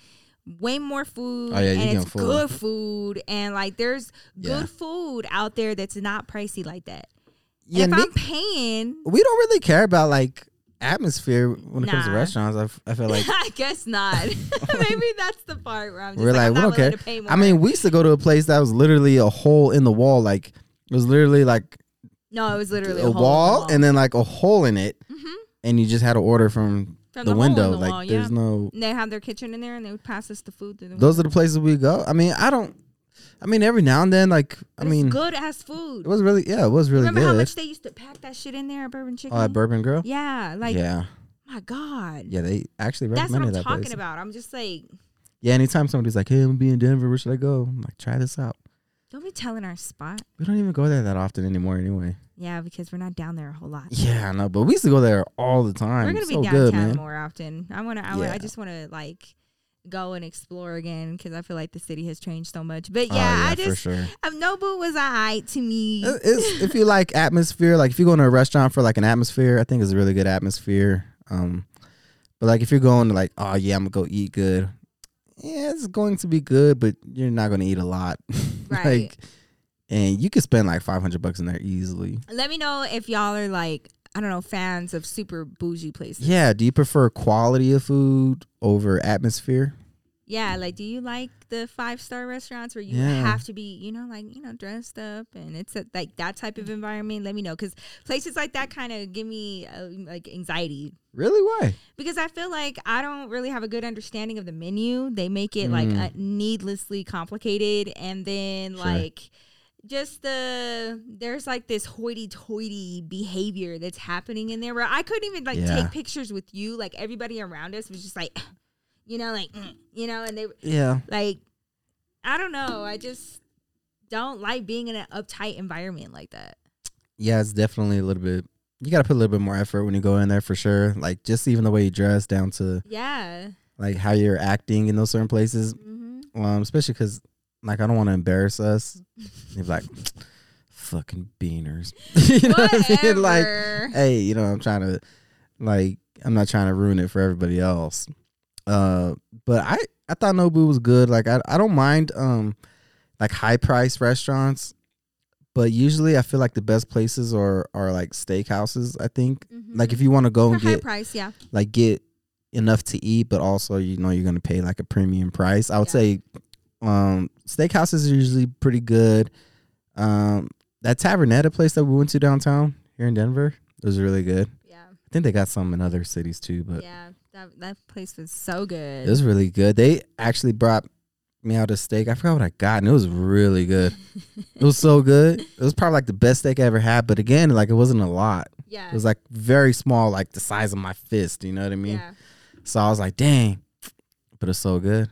[SPEAKER 2] way more food
[SPEAKER 1] Oh, yeah, you
[SPEAKER 2] and
[SPEAKER 1] getting
[SPEAKER 2] it's
[SPEAKER 1] food.
[SPEAKER 2] good food and like there's
[SPEAKER 1] Yeah.
[SPEAKER 2] good food out there that's not pricey like that. And
[SPEAKER 1] yeah.
[SPEAKER 2] if
[SPEAKER 1] me-
[SPEAKER 2] I'm paying,
[SPEAKER 1] we don't really care about like atmosphere when it comes to
[SPEAKER 2] Nah.
[SPEAKER 1] restaurants. I, f- I
[SPEAKER 2] <laughs>
[SPEAKER 1] feel <laughs> like
[SPEAKER 2] I guess not. <laughs> Maybe that's the part where I'm just
[SPEAKER 1] we're
[SPEAKER 2] like,
[SPEAKER 1] like,
[SPEAKER 2] I'm not
[SPEAKER 1] we don't
[SPEAKER 2] willing
[SPEAKER 1] care.
[SPEAKER 2] to pay more.
[SPEAKER 1] I mean, we used to go to a place that was literally a hole in the wall. Like it was literally like
[SPEAKER 2] no, it was literally
[SPEAKER 1] a, wall, and then like a hole in it,
[SPEAKER 2] Mhm.
[SPEAKER 1] and you just had to order from,
[SPEAKER 2] From
[SPEAKER 1] the,
[SPEAKER 2] the hole in
[SPEAKER 1] window.
[SPEAKER 2] the
[SPEAKER 1] like
[SPEAKER 2] wall, yeah.
[SPEAKER 1] there's no.
[SPEAKER 2] And they have their kitchen in there and they would pass us the food. Through the
[SPEAKER 1] Those are
[SPEAKER 2] window.
[SPEAKER 1] the places we go. I mean, I don't. I mean, every now and then, like I
[SPEAKER 2] But it's
[SPEAKER 1] mean,
[SPEAKER 2] good ass food.
[SPEAKER 1] it was really yeah, it was really
[SPEAKER 2] Remember how
[SPEAKER 1] good.
[SPEAKER 2] much they used to pack that shit in there at Bourbon Chicken?
[SPEAKER 1] uh, Bourbon Grill.
[SPEAKER 2] yeah, like
[SPEAKER 1] yeah,
[SPEAKER 2] my god.
[SPEAKER 1] yeah, they actually
[SPEAKER 2] That's what
[SPEAKER 1] recommended
[SPEAKER 2] I'm
[SPEAKER 1] that
[SPEAKER 2] talking
[SPEAKER 1] place.
[SPEAKER 2] about. I'm just like,
[SPEAKER 1] Yeah, anytime somebody's like, "Hey, I'm gonna be in Denver. Where should I go?" I'm like, "Try this out."
[SPEAKER 2] don't be telling our spot.
[SPEAKER 1] We don't even go there that often anymore, anyway.
[SPEAKER 2] Yeah, because we're not down there a whole lot.
[SPEAKER 1] Yeah, I know, but we used to go there all the time.
[SPEAKER 2] we're gonna
[SPEAKER 1] So
[SPEAKER 2] be
[SPEAKER 1] good,
[SPEAKER 2] downtown
[SPEAKER 1] man.
[SPEAKER 2] more often. I wanna, I, wanna,
[SPEAKER 1] Yeah.
[SPEAKER 2] I just wanna like go and explore again because I feel like the city has changed so much. But yeah,
[SPEAKER 1] Oh,
[SPEAKER 2] I just, <laughs>
[SPEAKER 1] for sure. Uh,
[SPEAKER 2] um, Nobu was alright to me.
[SPEAKER 1] It- it's, if you like atmosphere, like if you go into a restaurant for like an atmosphere, I think it's a really good atmosphere. Um, but like if you're going to like, oh yeah, I'm gonna go eat good. Yeah, it's going to be good, but you're not gonna eat a lot. <laughs>
[SPEAKER 2] Right.
[SPEAKER 1] like, and you could spend like 500 bucks in there easily.
[SPEAKER 2] Let me know if y'all are like, I don't know, fans of super bougie places.
[SPEAKER 1] Yeah. Do you prefer quality of food over atmosphere?
[SPEAKER 2] Yeah, like do you like the five star restaurants where you
[SPEAKER 1] Yeah.
[SPEAKER 2] have to be, you know, like you know, dressed up and it's a, like that type of environment? Let me know because places like that kind of give me uh, like anxiety
[SPEAKER 1] Really? Why?
[SPEAKER 2] because I feel like I don't really have a good understanding of the menu. They make it like
[SPEAKER 1] Mm.
[SPEAKER 2] uh, needlessly complicated, and then
[SPEAKER 1] Sure.
[SPEAKER 2] like just the there's like this hoity-toity behavior that's happening in there where I couldn't even like
[SPEAKER 1] Yeah.
[SPEAKER 2] take pictures with you. Like everybody around us was just like, <clears throat> you know, like <clears throat> mm, you know, and they
[SPEAKER 1] Yeah.
[SPEAKER 2] like I don't know. I just don't like being in an uptight environment like that.
[SPEAKER 1] Yeah, it's definitely a little bit. You gotta put a little bit more effort when you go in there for sure. Like just even the way you dress, down to
[SPEAKER 2] Yeah.
[SPEAKER 1] like how you're acting in those certain places.
[SPEAKER 2] hmm
[SPEAKER 1] Um, especially because like I don't want to embarrass us. They're like, <sniffs> fucking beaners. <laughs> you know what I mean? <laughs> Like,
[SPEAKER 2] Whatever.
[SPEAKER 1] hey, you know, I'm trying to like I'm not trying to ruin it for everybody else. Uh, but I I thought Nobu was good. Like I I don't mind um like high price restaurants, but usually I feel like the best places are are like steakhouses. I think
[SPEAKER 2] Mhm.
[SPEAKER 1] like if you want to go
[SPEAKER 2] For
[SPEAKER 1] and
[SPEAKER 2] high
[SPEAKER 1] get
[SPEAKER 2] price, yeah.
[SPEAKER 1] like get enough to eat, but also you know you're gonna pay like a premium price. I would
[SPEAKER 2] Yeah.
[SPEAKER 1] say um steakhouses are usually pretty good. Um that Tavernetta place that we went to downtown here in Denver was really good.
[SPEAKER 2] Yeah.
[SPEAKER 1] I think they got some in other cities too, but
[SPEAKER 2] yeah, that that place was so good.
[SPEAKER 1] it was really good. They actually brought me out a steak. I forgot what I got, and it was
[SPEAKER 2] <laughs>
[SPEAKER 1] really good. it was so good. It was probably like the best steak I ever had. But again, like it wasn't a lot.
[SPEAKER 2] yeah,
[SPEAKER 1] It was like very small, like the size of my fist. You know what I mean?
[SPEAKER 2] yeah,
[SPEAKER 1] So I was like, dang, but it's so good.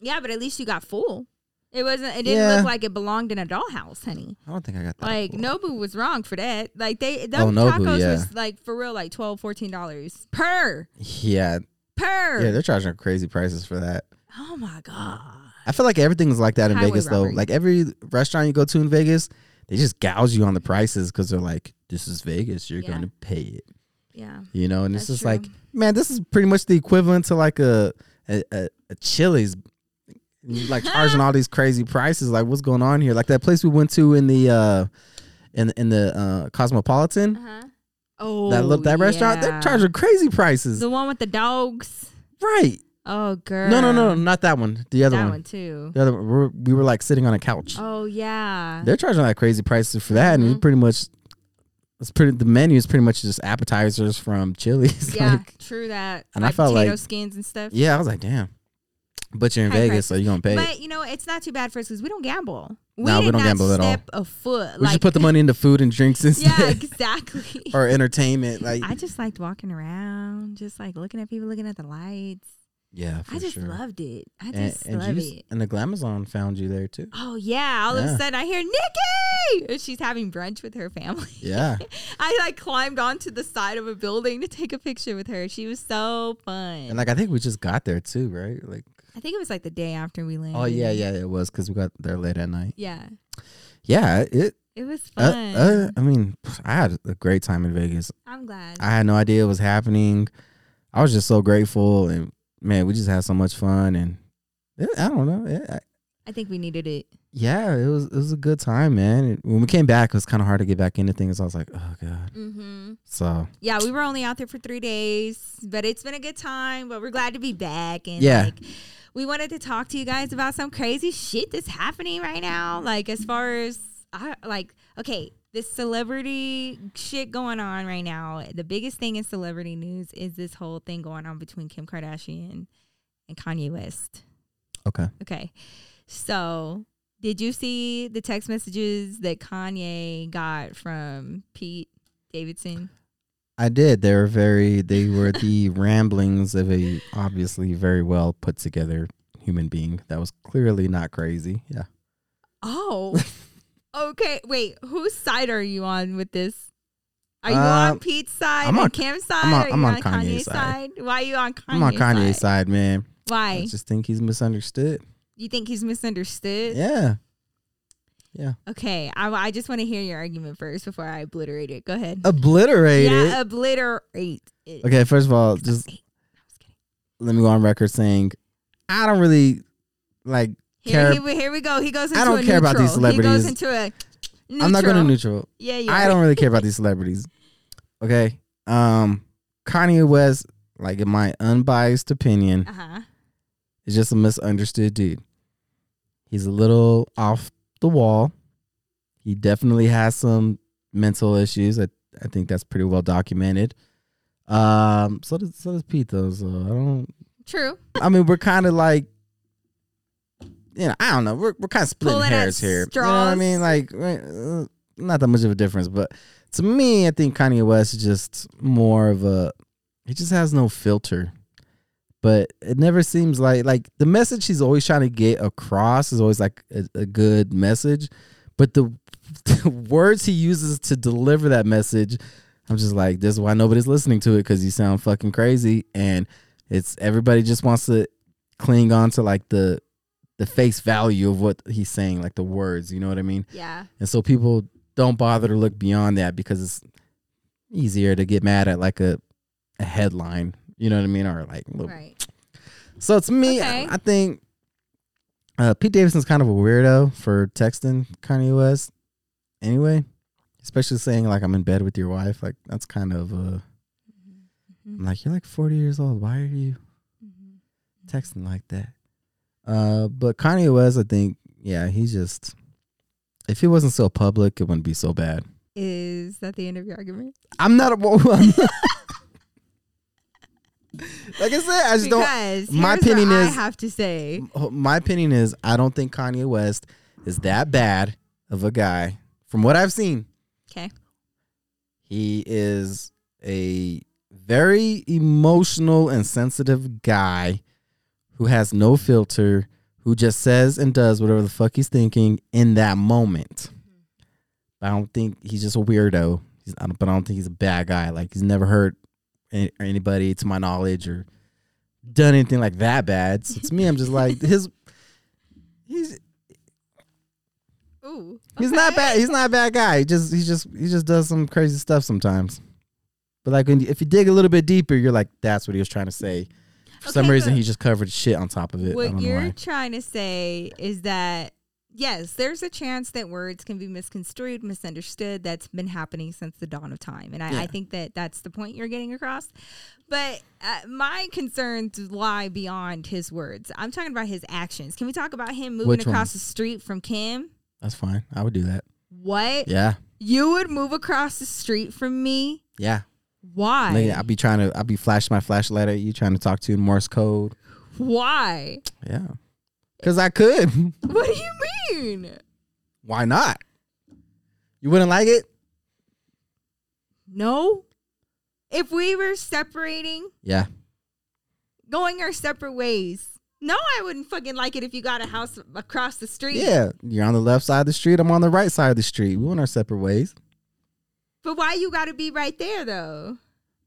[SPEAKER 2] yeah. But at least you got full. It wasn't. It didn't
[SPEAKER 1] Yeah.
[SPEAKER 2] look like it belonged in a dollhouse, honey.
[SPEAKER 1] I don't think I got that.
[SPEAKER 2] Like
[SPEAKER 1] full.
[SPEAKER 2] Nobu was wrong for that. Like they, those
[SPEAKER 1] Oh, Nobu,
[SPEAKER 2] tacos
[SPEAKER 1] yeah.
[SPEAKER 2] was like for real, like 12 dollars per
[SPEAKER 1] Yeah,
[SPEAKER 2] per.
[SPEAKER 1] yeah, they're charging crazy prices for that.
[SPEAKER 2] oh my god.
[SPEAKER 1] I feel like everything's like that in
[SPEAKER 2] Highway
[SPEAKER 1] Vegas
[SPEAKER 2] robbery.
[SPEAKER 1] though. Like every restaurant you go to in Vegas, they just gouge you on the prices because they're like, this is Vegas, you're
[SPEAKER 2] Yeah.
[SPEAKER 1] gonna pay it,
[SPEAKER 2] Yeah.
[SPEAKER 1] you know. And it's
[SPEAKER 2] That's
[SPEAKER 1] just like,
[SPEAKER 2] true.
[SPEAKER 1] man, this is pretty much the equivalent to like a a, a, a Chili's,
[SPEAKER 2] <laughs>
[SPEAKER 1] like charging all these crazy prices. Like, what's going on here? Like that place we went to in the uh in in the uh Cosmopolitan,
[SPEAKER 2] Uh-huh. Oh,
[SPEAKER 1] that little that restaurant, they're
[SPEAKER 2] yeah.
[SPEAKER 1] charging crazy prices,
[SPEAKER 2] the one with the dogs.
[SPEAKER 1] right?
[SPEAKER 2] Oh, girl.
[SPEAKER 1] No, no, no, not that one. The other
[SPEAKER 2] that
[SPEAKER 1] one.
[SPEAKER 2] one. too.
[SPEAKER 1] The other one. We're, we were like sitting on a couch.
[SPEAKER 2] Oh yeah. Mm-hmm.
[SPEAKER 1] They're charging like crazy prices for that, and we pretty much it's pretty. The menu is pretty much just appetizers from Chili's. <laughs>
[SPEAKER 2] yeah,
[SPEAKER 1] like,
[SPEAKER 2] true that.
[SPEAKER 1] And I
[SPEAKER 2] like
[SPEAKER 1] felt
[SPEAKER 2] potato
[SPEAKER 1] like-
[SPEAKER 2] skins and stuff.
[SPEAKER 1] yeah. I was like, damn. But you're in
[SPEAKER 2] High
[SPEAKER 1] Vegas, so you're gonna pay. it.
[SPEAKER 2] But you know, it's not too bad for us because we don't gamble. We
[SPEAKER 1] Nah,
[SPEAKER 2] did
[SPEAKER 1] we don't
[SPEAKER 2] not
[SPEAKER 1] gamble at all.
[SPEAKER 2] step a foot.
[SPEAKER 1] We
[SPEAKER 2] like,
[SPEAKER 1] should put the money into food and
[SPEAKER 2] <laughs>
[SPEAKER 1] drinks <laughs>
[SPEAKER 2] Yeah,
[SPEAKER 1] instead,
[SPEAKER 2] exactly.
[SPEAKER 1] <laughs> or entertainment. Like,
[SPEAKER 2] <laughs> I just liked walking around, just like looking at people, looking at the lights.
[SPEAKER 1] yeah, for
[SPEAKER 2] I just
[SPEAKER 1] sure.
[SPEAKER 2] loved it. I
[SPEAKER 1] and,
[SPEAKER 2] just
[SPEAKER 1] and,
[SPEAKER 2] love
[SPEAKER 1] you-
[SPEAKER 2] it.
[SPEAKER 1] and the Glamazon found you
[SPEAKER 2] <laughs>
[SPEAKER 1] there too.
[SPEAKER 2] Oh yeah! All of
[SPEAKER 1] Yeah.
[SPEAKER 2] a sudden, I hear Nikki. And She's having brunch with her family.
[SPEAKER 1] Yeah,
[SPEAKER 2] I like climbed onto the side of a building to take a picture with her. She was so fun.
[SPEAKER 1] and like I think we just got there too, right? Like,
[SPEAKER 2] I think it was like the day after we landed.
[SPEAKER 1] oh yeah, yeah, it was because we got there late at night.
[SPEAKER 2] yeah.
[SPEAKER 1] Yeah, it.
[SPEAKER 2] It was
[SPEAKER 1] Uh,
[SPEAKER 2] fun.
[SPEAKER 1] uh, I mean, I had a great time in Vegas.
[SPEAKER 2] I'm glad.
[SPEAKER 1] I had no idea it was happening. I was just so grateful, and man, we just had so much fun. And yeah, I don't know, yeah, I-
[SPEAKER 2] I think we needed it.
[SPEAKER 1] yeah, it was it was a good time, man. And when we came back, it was kind of hard to get back into things. I was like, oh god.
[SPEAKER 2] Mm-hmm.
[SPEAKER 1] So
[SPEAKER 2] yeah, we were only out there for three days, but it's been a good time. But we're glad to be back. And
[SPEAKER 1] Yeah.
[SPEAKER 2] like, we wanted to talk to you guys about some crazy shit that's happening right now. Like, as far as I like, okay, this celebrity shit going on right now. The biggest thing in celebrity news is this whole thing going on between Kim Kardashian and Kanye West.
[SPEAKER 1] okay,
[SPEAKER 2] Okay. So, did you see the text messages that Kanye got from Pete Davidson?
[SPEAKER 1] I did. They were very. They were the <laughs> ramblings of a obviously very well put together human being that was clearly not crazy. Yeah.
[SPEAKER 2] Oh. okay. Wait, whose side are you on with this? Are you
[SPEAKER 1] Um,
[SPEAKER 2] on Pete's side?
[SPEAKER 1] I'm
[SPEAKER 2] and
[SPEAKER 1] on-
[SPEAKER 2] Kim's side?
[SPEAKER 1] I'm on-
[SPEAKER 2] Are
[SPEAKER 1] I'm
[SPEAKER 2] you
[SPEAKER 1] on
[SPEAKER 2] on,
[SPEAKER 1] Kanye's
[SPEAKER 2] Kanye's,
[SPEAKER 1] side.
[SPEAKER 2] side? Why are you on Kanye's
[SPEAKER 1] I'm on Kanye's
[SPEAKER 2] side?
[SPEAKER 1] side, man.
[SPEAKER 2] Why?
[SPEAKER 1] I just think he's misunderstood.
[SPEAKER 2] you think he's misunderstood?
[SPEAKER 1] Yeah.
[SPEAKER 2] Okay. I, I just want to hear your argument first before I obliterate it. Go ahead.
[SPEAKER 1] Obliterated.
[SPEAKER 2] yeah, obliterate it.
[SPEAKER 1] okay, first of all, just
[SPEAKER 2] Hey, I was kidding.
[SPEAKER 1] let me go on record saying I don't really like
[SPEAKER 2] Here,
[SPEAKER 1] care.
[SPEAKER 2] he- here we go. He goes into
[SPEAKER 1] I don't
[SPEAKER 2] a
[SPEAKER 1] care
[SPEAKER 2] neutral.
[SPEAKER 1] about these
[SPEAKER 2] He
[SPEAKER 1] celebrities.
[SPEAKER 2] goes into a neutral.
[SPEAKER 1] I'm not going to neutral.
[SPEAKER 2] Yeah, yeah.
[SPEAKER 1] I don't really care about these celebrities. Okay. Um Kanye West, like in my unbiased opinion,
[SPEAKER 2] Uh huh.
[SPEAKER 1] is just a misunderstood dude. He's a little off the wall. He definitely has some mental issues. I I think that's pretty well documented. Um so does so does Pete though, so I don't
[SPEAKER 2] True.
[SPEAKER 1] I mean, we're kind of like, you know, I don't know. We're we're kind of splitting
[SPEAKER 2] Pulling at
[SPEAKER 1] hairs here. You know what I
[SPEAKER 2] straws.
[SPEAKER 1] mean? Like, uh, not that much of a difference, but to me, I think Kanye West is just more of a. He just has no filter, but it never seems like like the message he's always trying to get across is always like a, a good message, but the, <laughs> the words he uses to deliver that message, I'm just like, this is why nobody's listening to it because you sound fucking crazy and it's everybody just wants to cling on to like the the face value of what he's saying like the words you know what i mean
[SPEAKER 2] Yeah.
[SPEAKER 1] and so people don't bother to look beyond that because it's easier to get mad at like a, a headline you know what i mean or like little-
[SPEAKER 2] Right.
[SPEAKER 1] so it's me
[SPEAKER 2] Okay.
[SPEAKER 1] i think uh, pete davidson's kind of a weirdo for texting kanye west anyway especially saying like i'm in bed with your wife like that's kind of uh i'm like you're like 40 years old why are you Mm-hmm. texting like that. Uh, but Kanye West, I think, yeah, he just if he wasn't so public, it wouldn't be so bad.
[SPEAKER 2] Is that the end of your argument?
[SPEAKER 1] I'm not a <laughs> like I said, I just don't.
[SPEAKER 2] Because
[SPEAKER 1] my
[SPEAKER 2] here's what
[SPEAKER 1] opinion
[SPEAKER 2] I
[SPEAKER 1] is-
[SPEAKER 2] have to say.
[SPEAKER 1] My opinion is, I don't think Kanye West is that bad of a guy. From what I've seen,
[SPEAKER 2] Okay.
[SPEAKER 1] he is a very emotional and sensitive guy who has no filter, who just says and does whatever the fuck he's thinking in that moment. I don't think he's just a weirdo, he's, I don't, but I don't think he's a bad guy. Like he's never hurt any, anybody, to my knowledge, or done anything like that bad. So to me, I'm just like his. He's
[SPEAKER 2] Ooh,
[SPEAKER 1] He's not
[SPEAKER 2] okay.
[SPEAKER 1] bad. He's not a bad guy. He just he just he just does some crazy stuff sometimes. But like when you, if you dig a little bit deeper, you're like, that's what he was trying to say. For some
[SPEAKER 2] Okay,
[SPEAKER 1] reason,
[SPEAKER 2] but-
[SPEAKER 1] he just covered shit on top of it. I
[SPEAKER 2] What
[SPEAKER 1] don't know
[SPEAKER 2] you're
[SPEAKER 1] why.
[SPEAKER 2] trying to say is that yes, there's a chance that words can be misconstrued, misunderstood. That's been happening since the dawn of time, and I, I
[SPEAKER 1] Yeah.
[SPEAKER 2] think that that's the point you're getting across. But uh, my concerns lie beyond his words. I'm talking about his actions. Can we talk about him moving
[SPEAKER 1] Which one?
[SPEAKER 2] across the street from Kim?
[SPEAKER 1] That's fine. I would do that.
[SPEAKER 2] What
[SPEAKER 1] Yeah,
[SPEAKER 2] you would move across the street from me?
[SPEAKER 1] yeah.
[SPEAKER 2] Why?
[SPEAKER 1] Like, I'll be trying to. I'll be flashing my flashlight at you, trying to talk to you in Morse code.
[SPEAKER 2] Why?
[SPEAKER 1] Yeah, because I could. <laughs>
[SPEAKER 2] What do you mean?
[SPEAKER 1] why not? You wouldn't like it?
[SPEAKER 2] No. If we were separating,
[SPEAKER 1] Yeah.
[SPEAKER 2] going our separate ways. No, I wouldn't fucking like it if you got a house across the street.
[SPEAKER 1] Yeah. You're on the left side of the street. I'm on the right side of the street. We went our separate ways.
[SPEAKER 2] But why you gotta be right there though?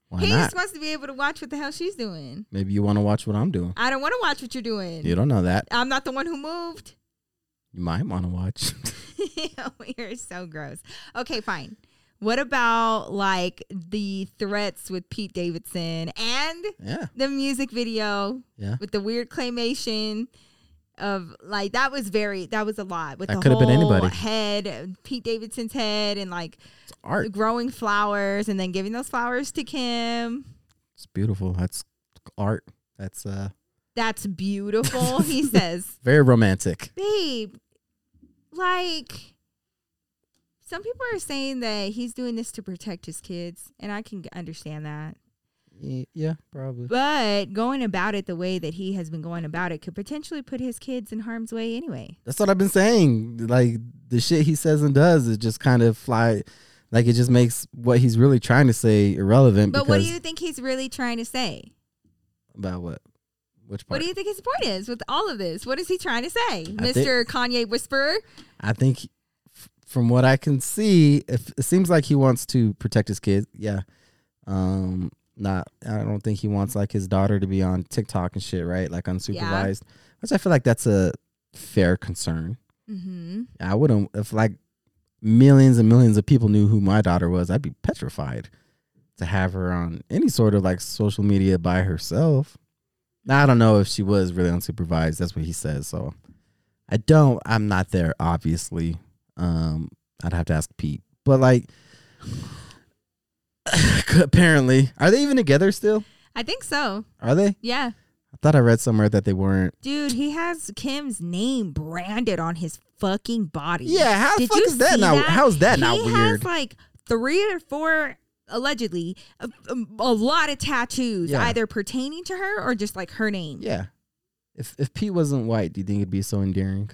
[SPEAKER 1] Why
[SPEAKER 2] He's
[SPEAKER 1] not?
[SPEAKER 2] supposed to be able to watch what the hell she's doing.
[SPEAKER 1] Maybe you want to watch what I'm doing.
[SPEAKER 2] I don't wanna watch what you're doing.
[SPEAKER 1] You don't know that.
[SPEAKER 2] I'm not the one who moved. <laughs>
[SPEAKER 1] You might want to watch. <laughs>
[SPEAKER 2] You're so gross. Okay, fine. What about like the threats with Pete Davidson and
[SPEAKER 1] yeah.
[SPEAKER 2] the music video
[SPEAKER 1] Yeah.
[SPEAKER 2] with the weird claymation of like that was very that was a lot with
[SPEAKER 1] That
[SPEAKER 2] the
[SPEAKER 1] could have been
[SPEAKER 2] whole
[SPEAKER 1] anybody.
[SPEAKER 2] head uh, Pete Davidson's head and like
[SPEAKER 1] It's art.
[SPEAKER 2] growing flowers and then giving those flowers to Kim.
[SPEAKER 1] It's beautiful. That's art. That's uh
[SPEAKER 2] That's
[SPEAKER 1] <laughs>
[SPEAKER 2] beautiful. he says,
[SPEAKER 1] very romantic.
[SPEAKER 2] "Babe, like some people are saying that he's doing this to protect his kids, and I can understand that.
[SPEAKER 1] Yeah, probably.
[SPEAKER 2] But going about it the way that he has been going about it could potentially put his kids in harm's way anyway."
[SPEAKER 1] That's what I've been saying. Like the shit he says and does, it just kind of fly. Like it just makes what he's really trying to say irrelevant.
[SPEAKER 2] But
[SPEAKER 1] because,
[SPEAKER 2] what do you think he's really trying to say?
[SPEAKER 1] about what? Which part?
[SPEAKER 2] What do you think his point is with all of this? What is he trying to say,
[SPEAKER 1] I thi-
[SPEAKER 2] Mister Kanye Whisperer?
[SPEAKER 1] I think, f- from what I can see, if, it seems like he wants to protect his kids. Yeah. Um. Not. I don't think he wants like his daughter to be on TikTok and shit, right? Like unsupervised. Which I feel like that's a fair concern.
[SPEAKER 2] Mm-hmm.
[SPEAKER 1] I wouldn't if like millions and millions of people knew who my daughter was. I'd be petrified to have her on any sort of like social media by herself. Now I don't know if she was really unsupervised. That's what he says. So I don't. I'm not there, obviously. Um, I'd have to ask Pete. But like, <sighs> apparently, are they even together still?
[SPEAKER 2] I think so.
[SPEAKER 1] Are they?
[SPEAKER 2] Yeah,
[SPEAKER 1] I thought I read somewhere that they weren't.
[SPEAKER 2] dude, he has Kim's name branded on his fucking body.
[SPEAKER 1] Yeah. How the
[SPEAKER 2] Did
[SPEAKER 1] fuck
[SPEAKER 2] you
[SPEAKER 1] is that
[SPEAKER 2] see
[SPEAKER 1] now? How's that
[SPEAKER 2] he
[SPEAKER 1] not weird?
[SPEAKER 2] has like three or four allegedly a, um, a lot of tattoos,
[SPEAKER 1] Yeah.
[SPEAKER 2] either pertaining to her or just like her name.
[SPEAKER 1] Yeah. If if Pete wasn't white, do you think it'd be so endearing?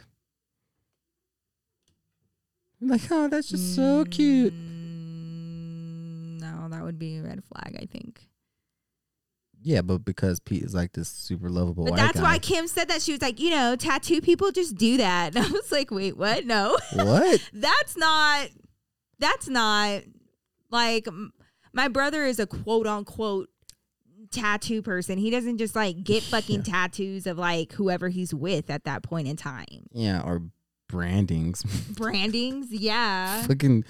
[SPEAKER 1] Like, oh, that's just so cute.
[SPEAKER 2] Mm, No, that would be a red flag. I think.
[SPEAKER 1] Yeah, but because Pete is like this super lovable
[SPEAKER 2] But
[SPEAKER 1] white
[SPEAKER 2] that's why
[SPEAKER 1] guy.
[SPEAKER 2] Kim said that she was like, you know, tattoo people just do that. <laughs> And I was like, wait, what? No, <laughs>
[SPEAKER 1] what?
[SPEAKER 2] that's not. That's not like m- my brother is a quote unquote tattoo person. He doesn't just like
[SPEAKER 1] <laughs>
[SPEAKER 2] get fucking tattoos of like whoever he's with at that point in time.
[SPEAKER 1] Yeah, or brandings.
[SPEAKER 2] Brandings, yeah.
[SPEAKER 1] <laughs> Fucking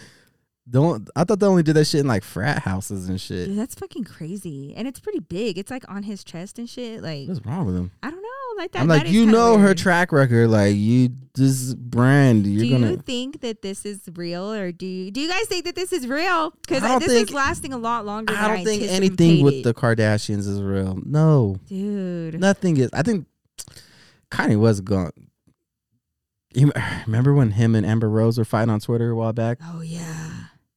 [SPEAKER 1] don't. I thought they only did that shit in like frat houses and shit.
[SPEAKER 2] Dude, that's fucking crazy. And it's pretty big. It's like on his chest and shit. Like,
[SPEAKER 1] What's wrong with them?
[SPEAKER 2] I don't know. Like that.
[SPEAKER 1] I'm
[SPEAKER 2] that
[SPEAKER 1] like,
[SPEAKER 2] is
[SPEAKER 1] you
[SPEAKER 2] kinda
[SPEAKER 1] know her
[SPEAKER 2] weird.
[SPEAKER 1] track record. Like, you this brand, you're
[SPEAKER 2] do
[SPEAKER 1] gonna.
[SPEAKER 2] you think that this is real, or do you, do you guys think that this is real? Because
[SPEAKER 1] I don't
[SPEAKER 2] this
[SPEAKER 1] think-
[SPEAKER 2] is lasting a lot longer.
[SPEAKER 1] I
[SPEAKER 2] than
[SPEAKER 1] don't think anything with the
[SPEAKER 2] anticipated.
[SPEAKER 1] Kardashians is real. No,
[SPEAKER 2] dude.
[SPEAKER 1] nothing is. I think Kanye was gone. You m- <sighs> Remember when him and Amber Rose were fighting on Twitter a while back?
[SPEAKER 2] Oh yeah,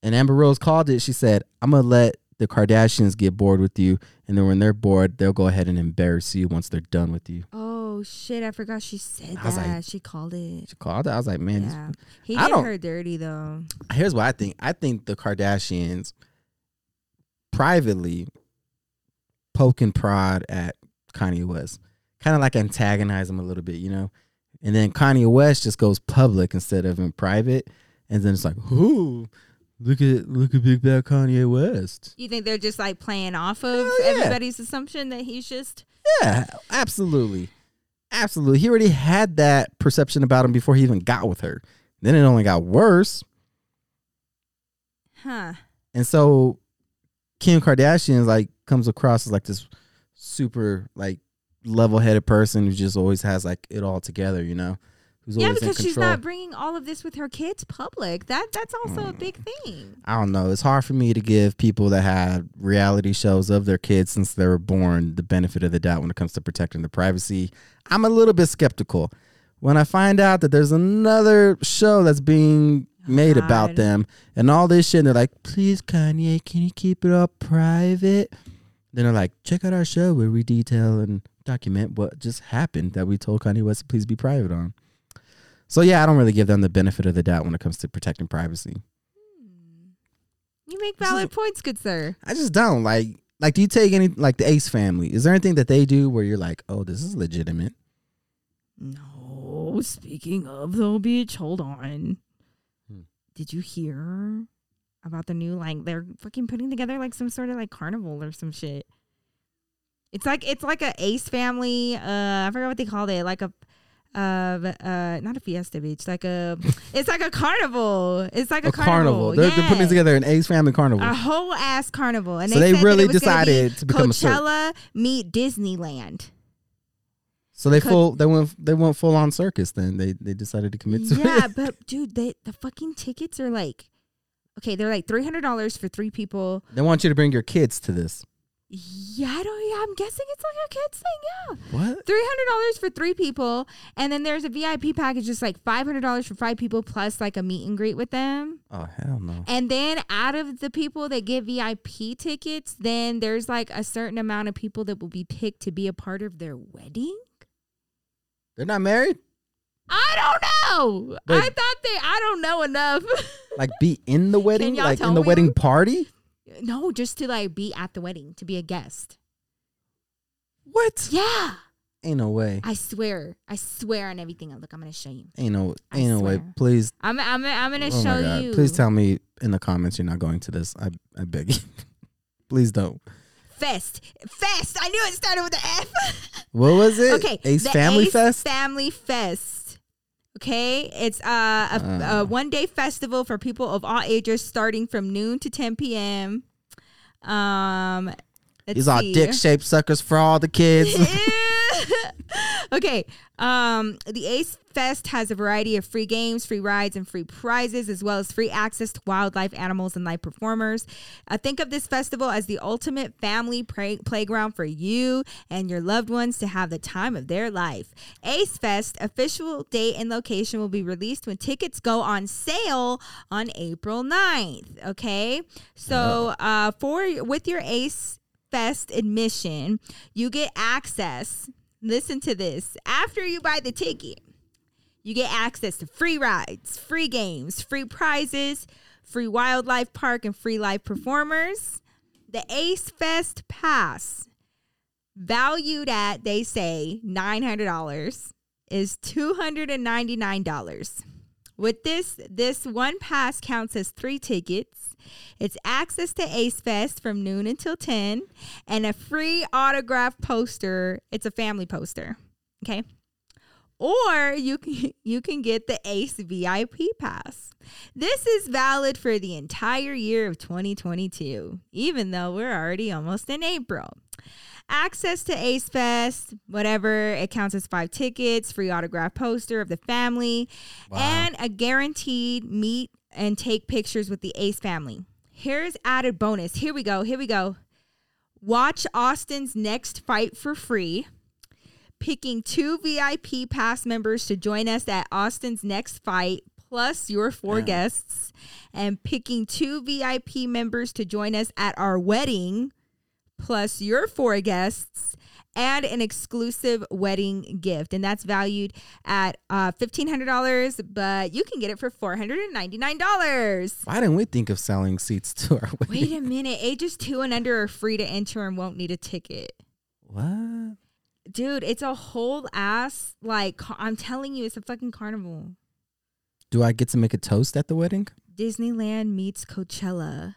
[SPEAKER 1] And Amber Rose called it. She said, "I'm gonna let the Kardashians get bored with you, and then when they're bored, they'll go ahead and embarrass you once they're done with you."
[SPEAKER 2] oh shit, I forgot she said
[SPEAKER 1] I was
[SPEAKER 2] that.
[SPEAKER 1] like-
[SPEAKER 2] she called it.
[SPEAKER 1] She called it. I was like, "Man, these-
[SPEAKER 2] Yeah, he
[SPEAKER 1] I
[SPEAKER 2] did
[SPEAKER 1] don't-
[SPEAKER 2] her dirty though.
[SPEAKER 1] here's what I think. I think the Kardashians privately poke and prod at Kanye West, kind of like antagonize him a little bit, you know. And then Kanye West just goes public instead of in private, and then it's like, "Ooh, look at look at big bad Kanye West."
[SPEAKER 2] You think they're just like playing off of
[SPEAKER 1] Hell yeah.
[SPEAKER 2] everybody's assumption that he's just
[SPEAKER 1] Yeah, absolutely, absolutely. He already had that perception about him before he even got with her. Then it only got worse.
[SPEAKER 2] Huh.
[SPEAKER 1] And so Kim Kardashian is like comes across as like this super like level headed person who just always has like it all together, you know? Who's
[SPEAKER 2] Yeah,
[SPEAKER 1] always
[SPEAKER 2] because
[SPEAKER 1] in
[SPEAKER 2] she's
[SPEAKER 1] control.
[SPEAKER 2] not bringing all of this with her kids public. That that's also
[SPEAKER 1] Mm.
[SPEAKER 2] a big thing.
[SPEAKER 1] I don't know. It's hard for me to give people that had reality shows of their kids since they were born the benefit of the doubt when it comes to protecting their privacy. I'm a little bit skeptical. When I find out that there's another show that's being made about
[SPEAKER 2] God.
[SPEAKER 1] them and all this shit, and they're like, please, Kanye, can you keep it all private? Then they're like, check out our show where we detail and document what just happened that we told Kanye West to please be private on. So, yeah, I don't really give them the benefit of the doubt when it comes to protecting privacy.
[SPEAKER 2] You make
[SPEAKER 1] This is
[SPEAKER 2] valid points, good sir.
[SPEAKER 1] I just don't like. Like, do you take any like the Ace family? Is there anything that they do where you're like, oh, this is legitimate?
[SPEAKER 2] No, speaking of though, bitch, hold on.
[SPEAKER 1] Hmm.
[SPEAKER 2] Did you hear about the new like they're fucking putting together like some sort of like carnival or some shit? It's like it's like a Ace Family. Uh, I forgot what they called it. Like a, uh, uh, not a fiesta, bitch. Like
[SPEAKER 1] <laughs>
[SPEAKER 2] a, it's like a carnival. It's like a, carnival.
[SPEAKER 1] They're, they're
[SPEAKER 2] Yeah.
[SPEAKER 1] putting together an Ace family carnival.
[SPEAKER 2] a whole ass carnival, and
[SPEAKER 1] so they,
[SPEAKER 2] said that
[SPEAKER 1] really
[SPEAKER 2] it was gonna be
[SPEAKER 1] decided to become a circus.
[SPEAKER 2] Coachella meet Disneyland.
[SPEAKER 1] So they
[SPEAKER 2] Co-
[SPEAKER 1] full they went they went full on circus. Then they they decided to commit to
[SPEAKER 2] yeah,
[SPEAKER 1] <laughs> it.
[SPEAKER 2] but dude, they, the fucking tickets are like, okay, they're like three hundred dollars for three people.
[SPEAKER 1] They want you to bring your kids to this.
[SPEAKER 2] Yeah, I don't. Yeah, I'm guessing it's like a kids thing. Yeah,
[SPEAKER 1] What?
[SPEAKER 2] three hundred dollars for three people, and then there's a VIP package, just like five hundred dollars for five people plus like a meet and greet with them.
[SPEAKER 1] Oh hell no!
[SPEAKER 2] And then out of the people that get VIP tickets, then there's like a certain amount of people that will be picked to be a part of their wedding.
[SPEAKER 1] They're not married.
[SPEAKER 2] I don't know.
[SPEAKER 1] Wait.
[SPEAKER 2] I thought they. I don't know enough. <laughs>
[SPEAKER 1] Like be in the wedding,
[SPEAKER 2] y'all
[SPEAKER 1] like
[SPEAKER 2] tell
[SPEAKER 1] in the
[SPEAKER 2] me?
[SPEAKER 1] wedding party.
[SPEAKER 2] no, just to like be at the wedding to be a guest.
[SPEAKER 1] What?
[SPEAKER 2] Yeah,
[SPEAKER 1] Ain't no way.
[SPEAKER 2] I swear. I swear on everything. Look, I'm gonna show you.
[SPEAKER 1] Ain't no.
[SPEAKER 2] I
[SPEAKER 1] Ain't no way.
[SPEAKER 2] swear.
[SPEAKER 1] Please.
[SPEAKER 2] I'm. I'm. I'm gonna
[SPEAKER 1] oh
[SPEAKER 2] show
[SPEAKER 1] my god!
[SPEAKER 2] you.
[SPEAKER 1] Please tell me in the comments you're not going to this. I I beg you. <laughs> Please don't.
[SPEAKER 2] Fest. Fest. I knew it started with an F. <laughs>
[SPEAKER 1] What was it?
[SPEAKER 2] Okay,
[SPEAKER 1] Ace
[SPEAKER 2] the
[SPEAKER 1] Family
[SPEAKER 2] Ace
[SPEAKER 1] Fest.
[SPEAKER 2] Family Fest. Okay, it's uh, a,
[SPEAKER 1] Ah.
[SPEAKER 2] a one-day festival for people of all ages, starting from noon to 10 p.m. Um, let's
[SPEAKER 1] These are
[SPEAKER 2] see.
[SPEAKER 1] dick shaped suckers for all the kids.
[SPEAKER 2] <laughs> okay. Um, the Ace Fest has a variety of free games, free rides, and free prizes, as well as free access to wildlife, animals, and live performers. Uh, think of this festival as the ultimate family play- playground for you and your loved ones to have the time of their life. Ace Fest official date and location will be released when tickets go on sale on April 9th. Okay, so uh, for with your Ace Fest admission, you get access. Listen to this. After you buy the ticket, you get access to free rides, free games, free prizes, free wildlife park, and free live performers. The Ace Fest Pass, valued at, they say, $900, is $299. With this, this one pass counts as three tickets. It's access to Ace Fest from noon until 10 and a free autograph poster. It's a family poster. Okay. Or you can, <laughs> you can get the Ace VIP pass. This is valid for the entire year of 2022, even though we're already almost in April. Access to Ace Fest, whatever, it counts as five tickets, free autograph poster of the family, and a guaranteed meet and take pictures with the Ace family. Here's added bonus. Here we go. Here we go. Watch Austin's next fight for free. Picking two VIP pass members to join us at Austin's next fight, plus your four guests, and picking two VIP members to join us at our wedding, plus your four guests, and an exclusive wedding gift. And that's valued at uh, $1,500, but you can get it for $499.
[SPEAKER 1] Why didn't we think of selling seats to our wedding?
[SPEAKER 2] Wait a minute. Ages two and under are free to enter and won't need a ticket.
[SPEAKER 1] What?
[SPEAKER 2] Dude, it's a whole ass, like, ca- I'm telling you, it's a fucking carnival.
[SPEAKER 1] Do I get to make a toast at the wedding? <laughs>
[SPEAKER 2] Disneyland meets Coachella.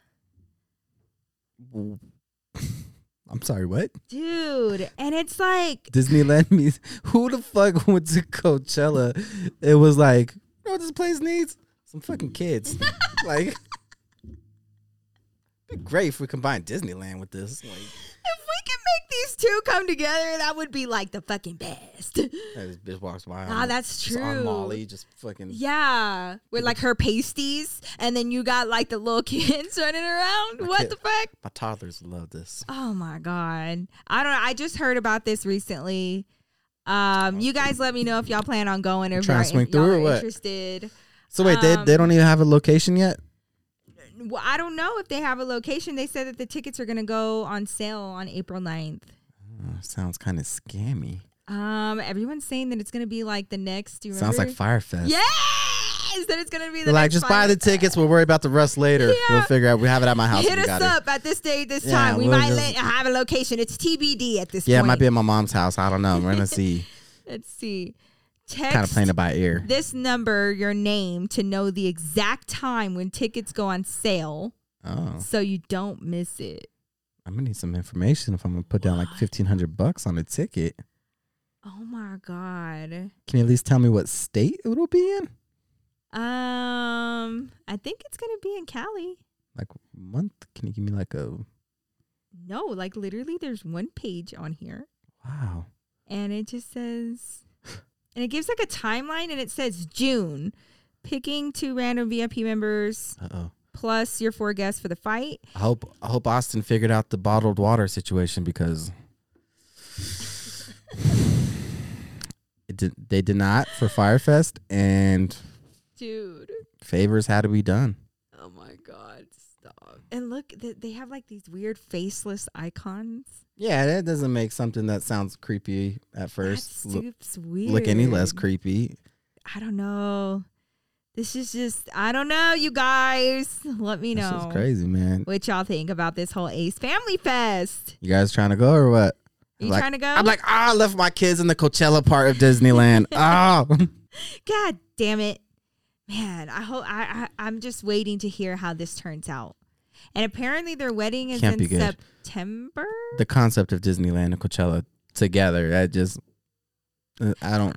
[SPEAKER 1] I'm sorry, what?
[SPEAKER 2] Dude, and it's like,
[SPEAKER 1] <laughs> Disneyland means who the fuck went to Coachella? It was like, know what this place needs? Some fucking <laughs> kids. like, be great if we combine Disneyland with this. Like,
[SPEAKER 2] If we can make these two come together, that would be like the fucking best.
[SPEAKER 1] hey, this bitch walks by.
[SPEAKER 2] Ah,
[SPEAKER 1] on-
[SPEAKER 2] that's
[SPEAKER 1] just Um, On
[SPEAKER 2] true.
[SPEAKER 1] Molly, just fucking.
[SPEAKER 2] Yeah, with like her pasties, and then you got like the little <laughs> kids running around. What the fuck?
[SPEAKER 1] My toddlers love this.
[SPEAKER 2] Oh my god! I don't. know. I just heard about this recently. Um, you guys, let me know if y'all plan on going or if
[SPEAKER 1] Trying
[SPEAKER 2] y'all,
[SPEAKER 1] to swing
[SPEAKER 2] if y'all
[SPEAKER 1] through or
[SPEAKER 2] are
[SPEAKER 1] what?
[SPEAKER 2] interested.
[SPEAKER 1] So wait, they, they don't even have a location yet.
[SPEAKER 2] Well, I don't know if they have a location. They said that the tickets are going to go on sale on April 9th.
[SPEAKER 1] Oh, sounds kind of scammy.
[SPEAKER 2] Um, everyone's saying that it's going to be like the next. Do you
[SPEAKER 1] Sounds like
[SPEAKER 2] remember?
[SPEAKER 1] Firefest.
[SPEAKER 2] yes. That it's going to be the
[SPEAKER 1] They're like,
[SPEAKER 2] next
[SPEAKER 1] just buy the
[SPEAKER 2] Fyre-
[SPEAKER 1] tickets. We'll worry about the rest later. We'll
[SPEAKER 2] Yeah.
[SPEAKER 1] figure out. We have it at my house.
[SPEAKER 2] Hit
[SPEAKER 1] we
[SPEAKER 2] us
[SPEAKER 1] got It.
[SPEAKER 2] up at this date, this
[SPEAKER 1] Yeah,
[SPEAKER 2] time. We
[SPEAKER 1] we'll
[SPEAKER 2] might
[SPEAKER 1] just-
[SPEAKER 2] let, have a location. It's TBD at this
[SPEAKER 1] Yeah, it
[SPEAKER 2] point.
[SPEAKER 1] might be at my mom's house. I don't know. We're gonna <laughs> see.
[SPEAKER 2] Let's see.
[SPEAKER 1] kind of
[SPEAKER 2] Text
[SPEAKER 1] playing it by ear.
[SPEAKER 2] this number, your name, to know the exact time when tickets go on sale,
[SPEAKER 1] Oh,
[SPEAKER 2] so you don't miss it.
[SPEAKER 1] I'm gonna need some information if I'm gonna put down like fifteen hundred bucks on a ticket.
[SPEAKER 2] Oh my god.
[SPEAKER 1] Can you at least tell me what state it'll be in?
[SPEAKER 2] Um, I think it's gonna be in Cali.
[SPEAKER 1] Like month? Can you give me like a
[SPEAKER 2] No, like literally, there's one page on here,
[SPEAKER 1] wow?
[SPEAKER 2] and it just says, and it gives like a timeline, and it says June, picking two random VIP members
[SPEAKER 1] Uh oh.
[SPEAKER 2] plus your four guests for the fight.
[SPEAKER 1] I hope I hope Austin figured out the bottled water situation <laughs> because it did, they did not for Firefest and
[SPEAKER 2] Dude,
[SPEAKER 1] favors had to be done.
[SPEAKER 2] oh my god, stop! And look, th- they have like these weird faceless icons.
[SPEAKER 1] Yeah, that doesn't make something that sounds creepy at first
[SPEAKER 2] that
[SPEAKER 1] look,
[SPEAKER 2] soup's weird.
[SPEAKER 1] look any less creepy.
[SPEAKER 2] I don't know. This is just I don't know, you guys. Let me
[SPEAKER 1] This
[SPEAKER 2] know.
[SPEAKER 1] is crazy, man.
[SPEAKER 2] What y'all think about this whole Ace Family Fest?
[SPEAKER 1] You guys trying to go or what?
[SPEAKER 2] You
[SPEAKER 1] Like-
[SPEAKER 2] trying to go?
[SPEAKER 1] I'm like, ah, I left my kids in the Coachella part
[SPEAKER 2] <laughs>
[SPEAKER 1] of Disneyland. oh,
[SPEAKER 2] God damn it, man! I hope I, I I'm just waiting to hear how this turns out. And apparently their wedding is
[SPEAKER 1] Can't be
[SPEAKER 2] in
[SPEAKER 1] good.
[SPEAKER 2] September.
[SPEAKER 1] the concept of Disneyland and Coachella together. I just, uh, I don't.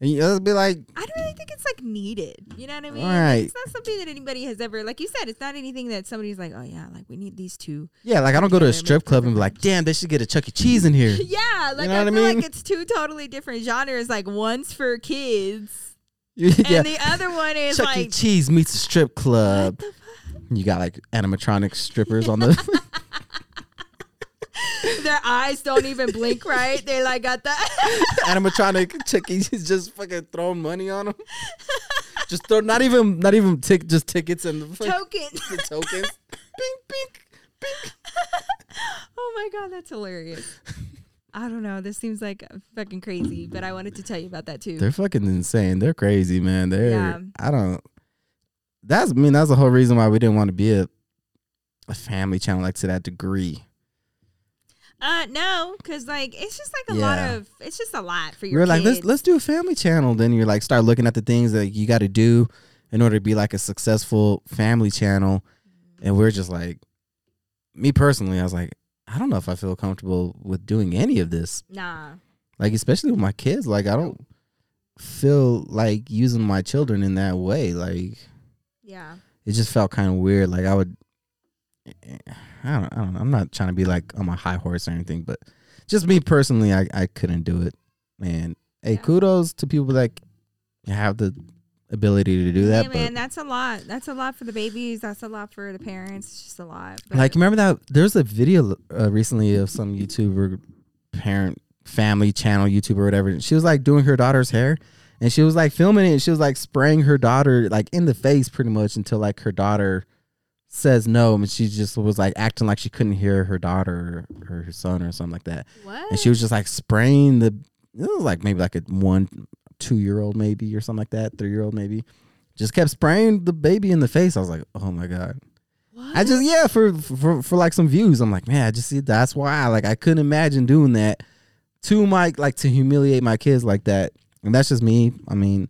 [SPEAKER 1] And you just be like,
[SPEAKER 2] I don't really think it's like needed. You know what I mean?
[SPEAKER 1] All right.
[SPEAKER 2] It's not something that anybody has ever, like you said, it's not anything that somebody's like, oh yeah, like we need these two. <laughs>
[SPEAKER 1] yeah, like I don't go to
[SPEAKER 2] Yeah,
[SPEAKER 1] a
[SPEAKER 2] make
[SPEAKER 1] strip
[SPEAKER 2] it
[SPEAKER 1] club and be
[SPEAKER 2] different.
[SPEAKER 1] like, damn, they should get a Chuck E. Cheese
[SPEAKER 2] <laughs>
[SPEAKER 1] in here. <laughs>
[SPEAKER 2] Yeah, like
[SPEAKER 1] know
[SPEAKER 2] I
[SPEAKER 1] what I
[SPEAKER 2] feel
[SPEAKER 1] mean?
[SPEAKER 2] like it's two totally different genres. Like one's for kids, and
[SPEAKER 1] <laughs> yeah,
[SPEAKER 2] the other one is
[SPEAKER 1] Chuck E.
[SPEAKER 2] like
[SPEAKER 1] Cheese meets a strip club. You got like animatronic strippers
[SPEAKER 2] <laughs>
[SPEAKER 1] on the. <laughs>
[SPEAKER 2] their eyes don't even blink right. They like got <laughs> that.
[SPEAKER 1] animatronic chickies just fucking throwing money on them. just throw not even not even tick just tickets and the, fuck-
[SPEAKER 2] token. <laughs>
[SPEAKER 1] the tokens. bing bing bing.
[SPEAKER 2] oh my god, that's hilarious. I don't know. This seems like fucking crazy, but I wanted to tell you about that too.
[SPEAKER 1] They're fucking insane. They're crazy, man. They're
[SPEAKER 2] Yeah.
[SPEAKER 1] I don't. That's I mean that's the whole reason why we didn't want to be a a family channel like to that degree.
[SPEAKER 2] Uh, no, because like it's just like a
[SPEAKER 1] Yeah.
[SPEAKER 2] lot of it's just a lot for
[SPEAKER 1] We
[SPEAKER 2] your.
[SPEAKER 1] were like let's
[SPEAKER 2] kids.
[SPEAKER 1] let's do a family channel. Then you like start looking at the things that you got to do in order to be like a successful family channel,
[SPEAKER 2] Mm-hmm.
[SPEAKER 1] and we're just like, me personally, I was like, I don't know if I feel comfortable with doing any of this.
[SPEAKER 2] Nah.
[SPEAKER 1] Like especially with my kids, like I don't feel like using my children in that way. Like
[SPEAKER 2] Yeah.
[SPEAKER 1] it just felt kind of weird. Like I would, I don't, I don't know. I'm not trying to be like on my high horse or anything, but just me personally, I, I couldn't do it. And hey,
[SPEAKER 2] Yeah.
[SPEAKER 1] kudos to people that have the ability to do that.
[SPEAKER 2] yeah,
[SPEAKER 1] but
[SPEAKER 2] man, that's a lot. That's a lot for the babies. That's a lot for the parents. It's just a lot. but-
[SPEAKER 1] like, you remember that there's a video uh, recently of some YouTuber parent family channel YouTuber or whatever. And she was like doing her daughter's hair. And she was like filming it. And she was like spraying her daughter like in the face pretty much until like her daughter says no. And she just was like acting like she couldn't hear her daughter or her son or something like that.
[SPEAKER 2] what?
[SPEAKER 1] And she was just like spraying the it was like maybe like a one, two year old maybe or something like that, three year old maybe. Just kept spraying the baby in the face. I was like, oh my God.
[SPEAKER 2] what?
[SPEAKER 1] I just yeah for, for for like some views. I'm like, man, I just see that's why. Like I couldn't imagine doing that to my like to humiliate my kids like that. And that's just me. I mean,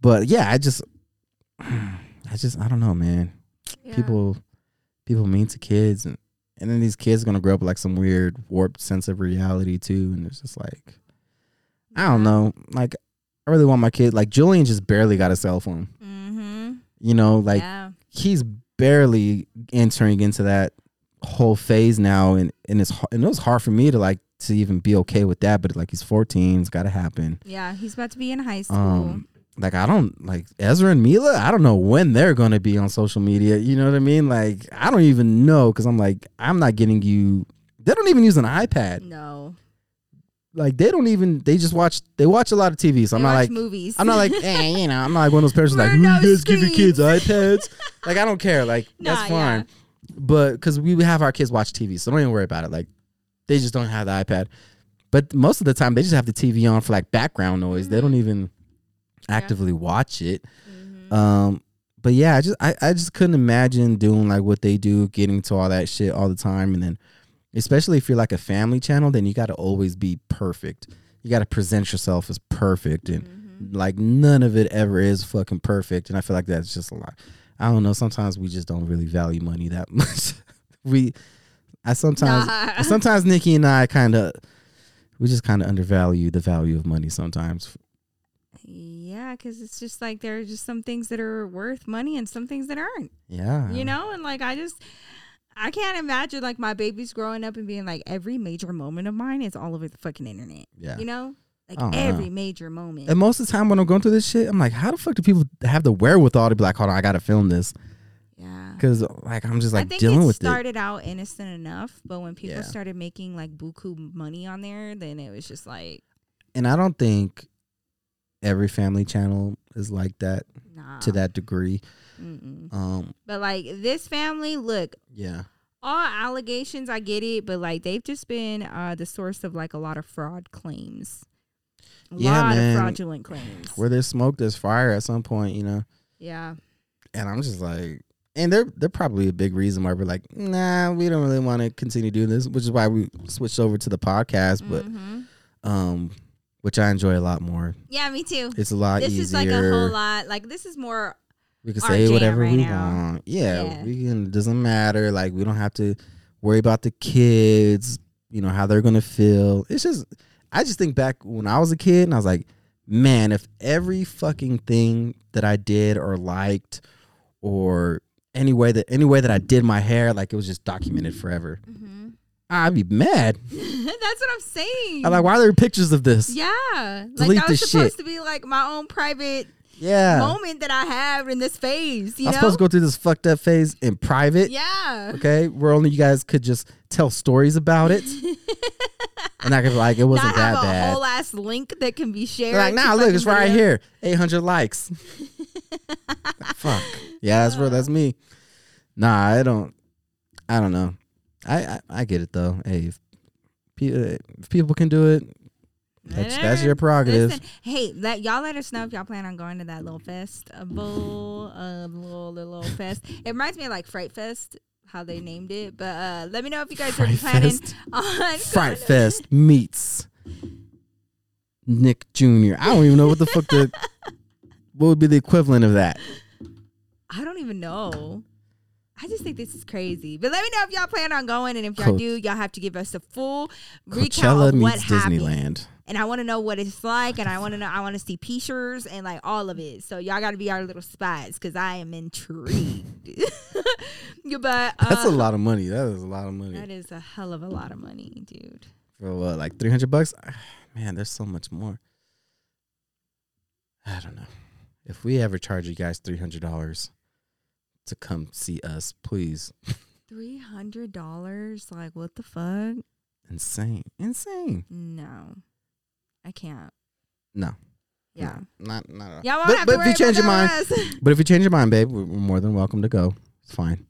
[SPEAKER 1] but yeah, I just <sighs> I just I don't know, man.
[SPEAKER 2] Yeah.
[SPEAKER 1] People people mean to kids and and then these kids are gonna grow up with like some weird warped sense of reality too. And it's just like I don't know. Like I really want my kid. Like Julian just barely got a cell phone.
[SPEAKER 2] Mm-hmm.
[SPEAKER 1] You know, like
[SPEAKER 2] yeah.
[SPEAKER 1] he's barely entering into that whole phase now, and and it's har- and it was hard for me to like to even be okay with that. But like he's fourteen, it's got to happen.
[SPEAKER 2] yeah, he's about to be in high school.
[SPEAKER 1] um like I don't like Ezra and Mila. I don't know when they're going to be on social media. You know what I mean? Like I don't even know because I'm like I'm not getting you. They don't even use an iPad.
[SPEAKER 2] no,
[SPEAKER 1] Like they don't even. They just watch. They watch a lot of TV. So I'm
[SPEAKER 2] They
[SPEAKER 1] not
[SPEAKER 2] watch
[SPEAKER 1] like.
[SPEAKER 2] movies.
[SPEAKER 1] I'm
[SPEAKER 2] <laughs>
[SPEAKER 1] not like. <laughs> Eh, you know. I'm not like one of those parents who's like.
[SPEAKER 2] We're
[SPEAKER 1] "Hmm,
[SPEAKER 2] no
[SPEAKER 1] You guys give your
[SPEAKER 2] screens."
[SPEAKER 1] kids iPads. like I don't
[SPEAKER 2] <laughs>
[SPEAKER 1] care. Like
[SPEAKER 2] Nah,
[SPEAKER 1] that's
[SPEAKER 2] yeah.
[SPEAKER 1] fine. But because we have our kids watch TV, so don't even worry about it. Like they just don't have the iPad. But most of the time, they just have the TV on for like background noise. They
[SPEAKER 2] Mm-hmm.
[SPEAKER 1] don't even actively watch it.
[SPEAKER 2] Mhm.
[SPEAKER 1] Um, but yeah, I just I, I just couldn't imagine doing like what they do, getting to all that shit all the time, and then especially if you're like a family channel, then you got to always be perfect. You got to present yourself as perfect, and
[SPEAKER 2] Mm-hmm.
[SPEAKER 1] like none of it ever is fucking perfect. And I feel like that's just a lot. I don't know. Sometimes we just don't really value money that <laughs> much. we, I sometimes
[SPEAKER 2] Nah.
[SPEAKER 1] sometimes Nikki and I kind of we just kind of undervalue the value of money sometimes.
[SPEAKER 2] Yeah, because it's just like there are just some things that are worth money and some things that aren't,
[SPEAKER 1] Yeah,
[SPEAKER 2] you know? And like, I just, I can't imagine like my babies growing up and being like, every major moment of mine is all over the fucking internet,
[SPEAKER 1] yeah.
[SPEAKER 2] you know? Like
[SPEAKER 1] Oh, no.
[SPEAKER 2] every major moment.
[SPEAKER 1] And most of the time when I'm going through this shit, I'm like, how the fuck do people have the wherewithal to be like, hold on, I gotta film this?
[SPEAKER 2] yeah.
[SPEAKER 1] Because like I'm just
[SPEAKER 2] I
[SPEAKER 1] like
[SPEAKER 2] think
[SPEAKER 1] dealing
[SPEAKER 2] it
[SPEAKER 1] with it.
[SPEAKER 2] started out innocent enough, but when people
[SPEAKER 1] Yeah.
[SPEAKER 2] started making like buku money on there, then it was just like,
[SPEAKER 1] And I don't think every family channel is like that
[SPEAKER 2] nah.
[SPEAKER 1] to that degree.
[SPEAKER 2] Mm-mm.
[SPEAKER 1] Um,
[SPEAKER 2] But like this family, look,
[SPEAKER 1] yeah,
[SPEAKER 2] all allegations, I get it, but like they've just been uh, the source of like a lot of fraud claims. A
[SPEAKER 1] Yeah,
[SPEAKER 2] lot
[SPEAKER 1] man.
[SPEAKER 2] of fraudulent claims.
[SPEAKER 1] where there's smoke, there's fire at some point, you know.
[SPEAKER 2] yeah.
[SPEAKER 1] And I'm just like, and they're they're probably a big reason why we're like, nah, we don't really want to continue doing this, which is why we switched over to the podcast.
[SPEAKER 2] Mhm.
[SPEAKER 1] But um, which I enjoy a lot more.
[SPEAKER 2] Yeah, me too.
[SPEAKER 1] It's a lot
[SPEAKER 2] This
[SPEAKER 1] easier.
[SPEAKER 2] is like a whole lot. Like this is more
[SPEAKER 1] We can
[SPEAKER 2] our
[SPEAKER 1] say
[SPEAKER 2] jam
[SPEAKER 1] whatever
[SPEAKER 2] right
[SPEAKER 1] we
[SPEAKER 2] now.
[SPEAKER 1] want. Yeah,
[SPEAKER 2] Yeah.
[SPEAKER 1] we can. It doesn't matter. Like we don't have to worry about the kids. You know how they're gonna feel. It's just, I just think back when I was a kid, and I was like, man, if every fucking thing that I did or liked, or any way that any way that I did my hair, like it was just documented forever.
[SPEAKER 2] Mhm.
[SPEAKER 1] I'd be mad.
[SPEAKER 2] <laughs> That's what I'm saying.
[SPEAKER 1] I'm like, why are there pictures of this?
[SPEAKER 2] yeah.
[SPEAKER 1] Delete
[SPEAKER 2] like that was
[SPEAKER 1] this
[SPEAKER 2] supposed
[SPEAKER 1] shit.
[SPEAKER 2] to be like my own private
[SPEAKER 1] Yeah,
[SPEAKER 2] moment that I have in this phase, you
[SPEAKER 1] I'm
[SPEAKER 2] know?
[SPEAKER 1] supposed to go through this fucked up phase in private.
[SPEAKER 2] yeah.
[SPEAKER 1] okay, where only you guys could just tell stories
[SPEAKER 2] <laughs>
[SPEAKER 1] about it, and I could be like, it
[SPEAKER 2] Not
[SPEAKER 1] wasn't
[SPEAKER 2] have
[SPEAKER 1] that
[SPEAKER 2] a
[SPEAKER 1] bad.
[SPEAKER 2] whole ass link that can be shared.
[SPEAKER 1] They're like,
[SPEAKER 2] to
[SPEAKER 1] nah, look, it's
[SPEAKER 2] fucking
[SPEAKER 1] right
[SPEAKER 2] video.
[SPEAKER 1] here, eight
[SPEAKER 2] <laughs>
[SPEAKER 1] hundred likes. Fuck, yeah, that's real. That's me. Nah, I don't. I don't know. I I, I get it though. Hey, if, pe- if people can do it, that's, that's your prerogative.
[SPEAKER 2] Listen, hey, let y'all let us know if y'all plan on going to that little festival, um, little little little fest. It reminds me of like Fright Fest, how they named it. But uh, let me know if you guys are
[SPEAKER 1] Fright
[SPEAKER 2] planning
[SPEAKER 1] Fest?
[SPEAKER 2] <laughs> on
[SPEAKER 1] Fright Fest meets Nick Jr. I don't even know what the fuck the what would be the equivalent of that.
[SPEAKER 2] I don't even know. I just think this is crazy. But let me know if y'all plan on going, and if y'all
[SPEAKER 1] Co-
[SPEAKER 2] do, y'all have to give us a full recount
[SPEAKER 1] Coachella
[SPEAKER 2] of what
[SPEAKER 1] meets
[SPEAKER 2] happened.
[SPEAKER 1] Disneyland.
[SPEAKER 2] and I want to know what it's like, and I want to know. I want to see pictures and like all of it. So y'all got to be our little spies because I am intrigued. <laughs> but uh,
[SPEAKER 1] That's a lot of money. That is a lot of money.
[SPEAKER 2] That is a hell of a lot of money, dude.
[SPEAKER 1] For what, like 300 bucks? Ah, Man, there's so much more. I don't know. If we ever charge you guys $300 to come see us, please. <laughs>
[SPEAKER 2] Three hundred dollars? Like what the fuck?
[SPEAKER 1] Insane. Insane.
[SPEAKER 2] No, I can't.
[SPEAKER 1] No.
[SPEAKER 2] Yeah,
[SPEAKER 1] No, not, not at all.
[SPEAKER 2] y'all won't
[SPEAKER 1] but
[SPEAKER 2] have
[SPEAKER 1] but
[SPEAKER 2] to worry
[SPEAKER 1] if you change your
[SPEAKER 2] about
[SPEAKER 1] mind,
[SPEAKER 2] that with us. <laughs>
[SPEAKER 1] but if you change your mind, babe, we're we're more than welcome to go. It's fine.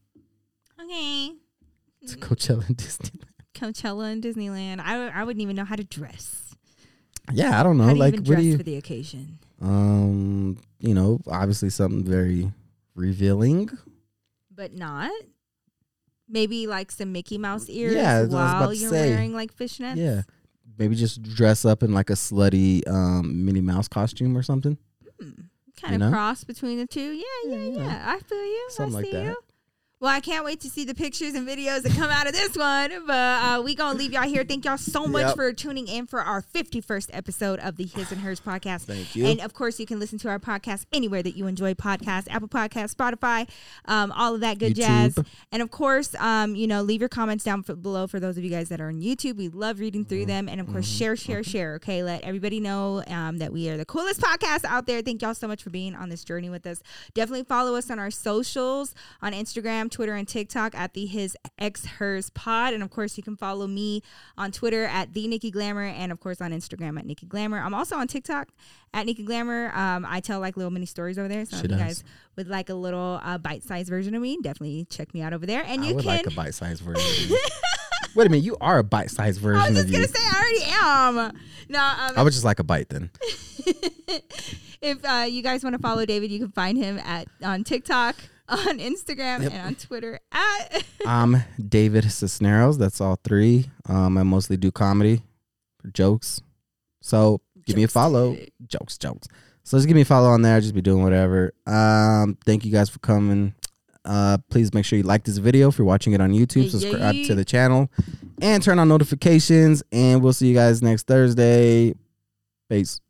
[SPEAKER 2] okay. <laughs>
[SPEAKER 1] To Coachella and Disney.
[SPEAKER 2] Coachella and Disneyland. I, I wouldn't even know how to dress.
[SPEAKER 1] Yeah, I don't know.
[SPEAKER 2] how to
[SPEAKER 1] like,
[SPEAKER 2] even
[SPEAKER 1] what
[SPEAKER 2] dress
[SPEAKER 1] do you?
[SPEAKER 2] for the occasion.
[SPEAKER 1] Um, you know, obviously something very revealing.
[SPEAKER 2] but not. Maybe like some Mickey Mouse ears
[SPEAKER 1] Yeah, that's what I was about
[SPEAKER 2] while
[SPEAKER 1] to
[SPEAKER 2] you're
[SPEAKER 1] say.
[SPEAKER 2] wearing like fishnets.
[SPEAKER 1] Yeah. Maybe just dress up in like a slutty um, Minnie Mouse costume or something.
[SPEAKER 2] Hmm. Kind
[SPEAKER 1] You
[SPEAKER 2] of
[SPEAKER 1] know?
[SPEAKER 2] cross between the two. Yeah, yeah,
[SPEAKER 1] Yeah,
[SPEAKER 2] yeah.
[SPEAKER 1] yeah.
[SPEAKER 2] I feel you.
[SPEAKER 1] Something
[SPEAKER 2] I
[SPEAKER 1] like
[SPEAKER 2] see
[SPEAKER 1] that.
[SPEAKER 2] you. Well, I can't wait to see the pictures and videos that come out of this one. But uh, we gonna leave y'all here. Thank y'all so much
[SPEAKER 1] Yep.
[SPEAKER 2] for tuning in for our fifty-first episode of the His and Hers podcast.
[SPEAKER 1] Thank you.
[SPEAKER 2] And of course, you can listen to our podcast anywhere that you enjoy podcasts: Apple Podcasts, Spotify, um, all of that good jazz.
[SPEAKER 1] YouTube.
[SPEAKER 2] And of course, um, you know, leave your comments down for, below for those of you guys that are on YouTube. We love reading
[SPEAKER 1] Mm-hmm.
[SPEAKER 2] through them. And of course, share, share, share. Okay, let everybody know um, that we are the coolest podcast out there. Thank y'all so much for being on this journey with us. Definitely follow us on our socials on Instagram, Twitter, and TikTok at the His Ex Hers Pod. And of course, you can follow me on Twitter at the Nikki Glamour, and of course on Instagram at Nikki Glamour. I'm also on TikTok at Nikki Glamour. Um, I tell like little mini stories over there. So
[SPEAKER 1] She
[SPEAKER 2] if you
[SPEAKER 1] does.
[SPEAKER 2] guys would like a little uh, bite-sized version of me, definitely check me out over there. And
[SPEAKER 1] I
[SPEAKER 2] you
[SPEAKER 1] would
[SPEAKER 2] can.
[SPEAKER 1] like a
[SPEAKER 2] <laughs>
[SPEAKER 1] bite sized version. of you. Wait a minute, you are a bite sized version
[SPEAKER 2] I was
[SPEAKER 1] of
[SPEAKER 2] just
[SPEAKER 1] you. Oh.
[SPEAKER 2] gonna say I already am. No, um,
[SPEAKER 1] I would just like a bite then.
[SPEAKER 2] <laughs> if uh, you guys want to follow David, you can find him at on TikTok, <laughs> on Instagram, and on Twitter at.
[SPEAKER 1] I'm David Cisneros. That's all three. Um, I mostly do comedy, jokes. So give me a
[SPEAKER 2] Jokes,
[SPEAKER 1] follow.
[SPEAKER 2] David.
[SPEAKER 1] Jokes, jokes. So just give me a follow on there. Just be doing whatever. Um, thank you guys for coming. Uh, please make sure you like this video if you're watching it on YouTube.
[SPEAKER 2] Yeah, yeah,
[SPEAKER 1] Subscribe
[SPEAKER 2] yeah.
[SPEAKER 1] to the channel and turn on notifications. And we'll see you guys next Thursday. Peace.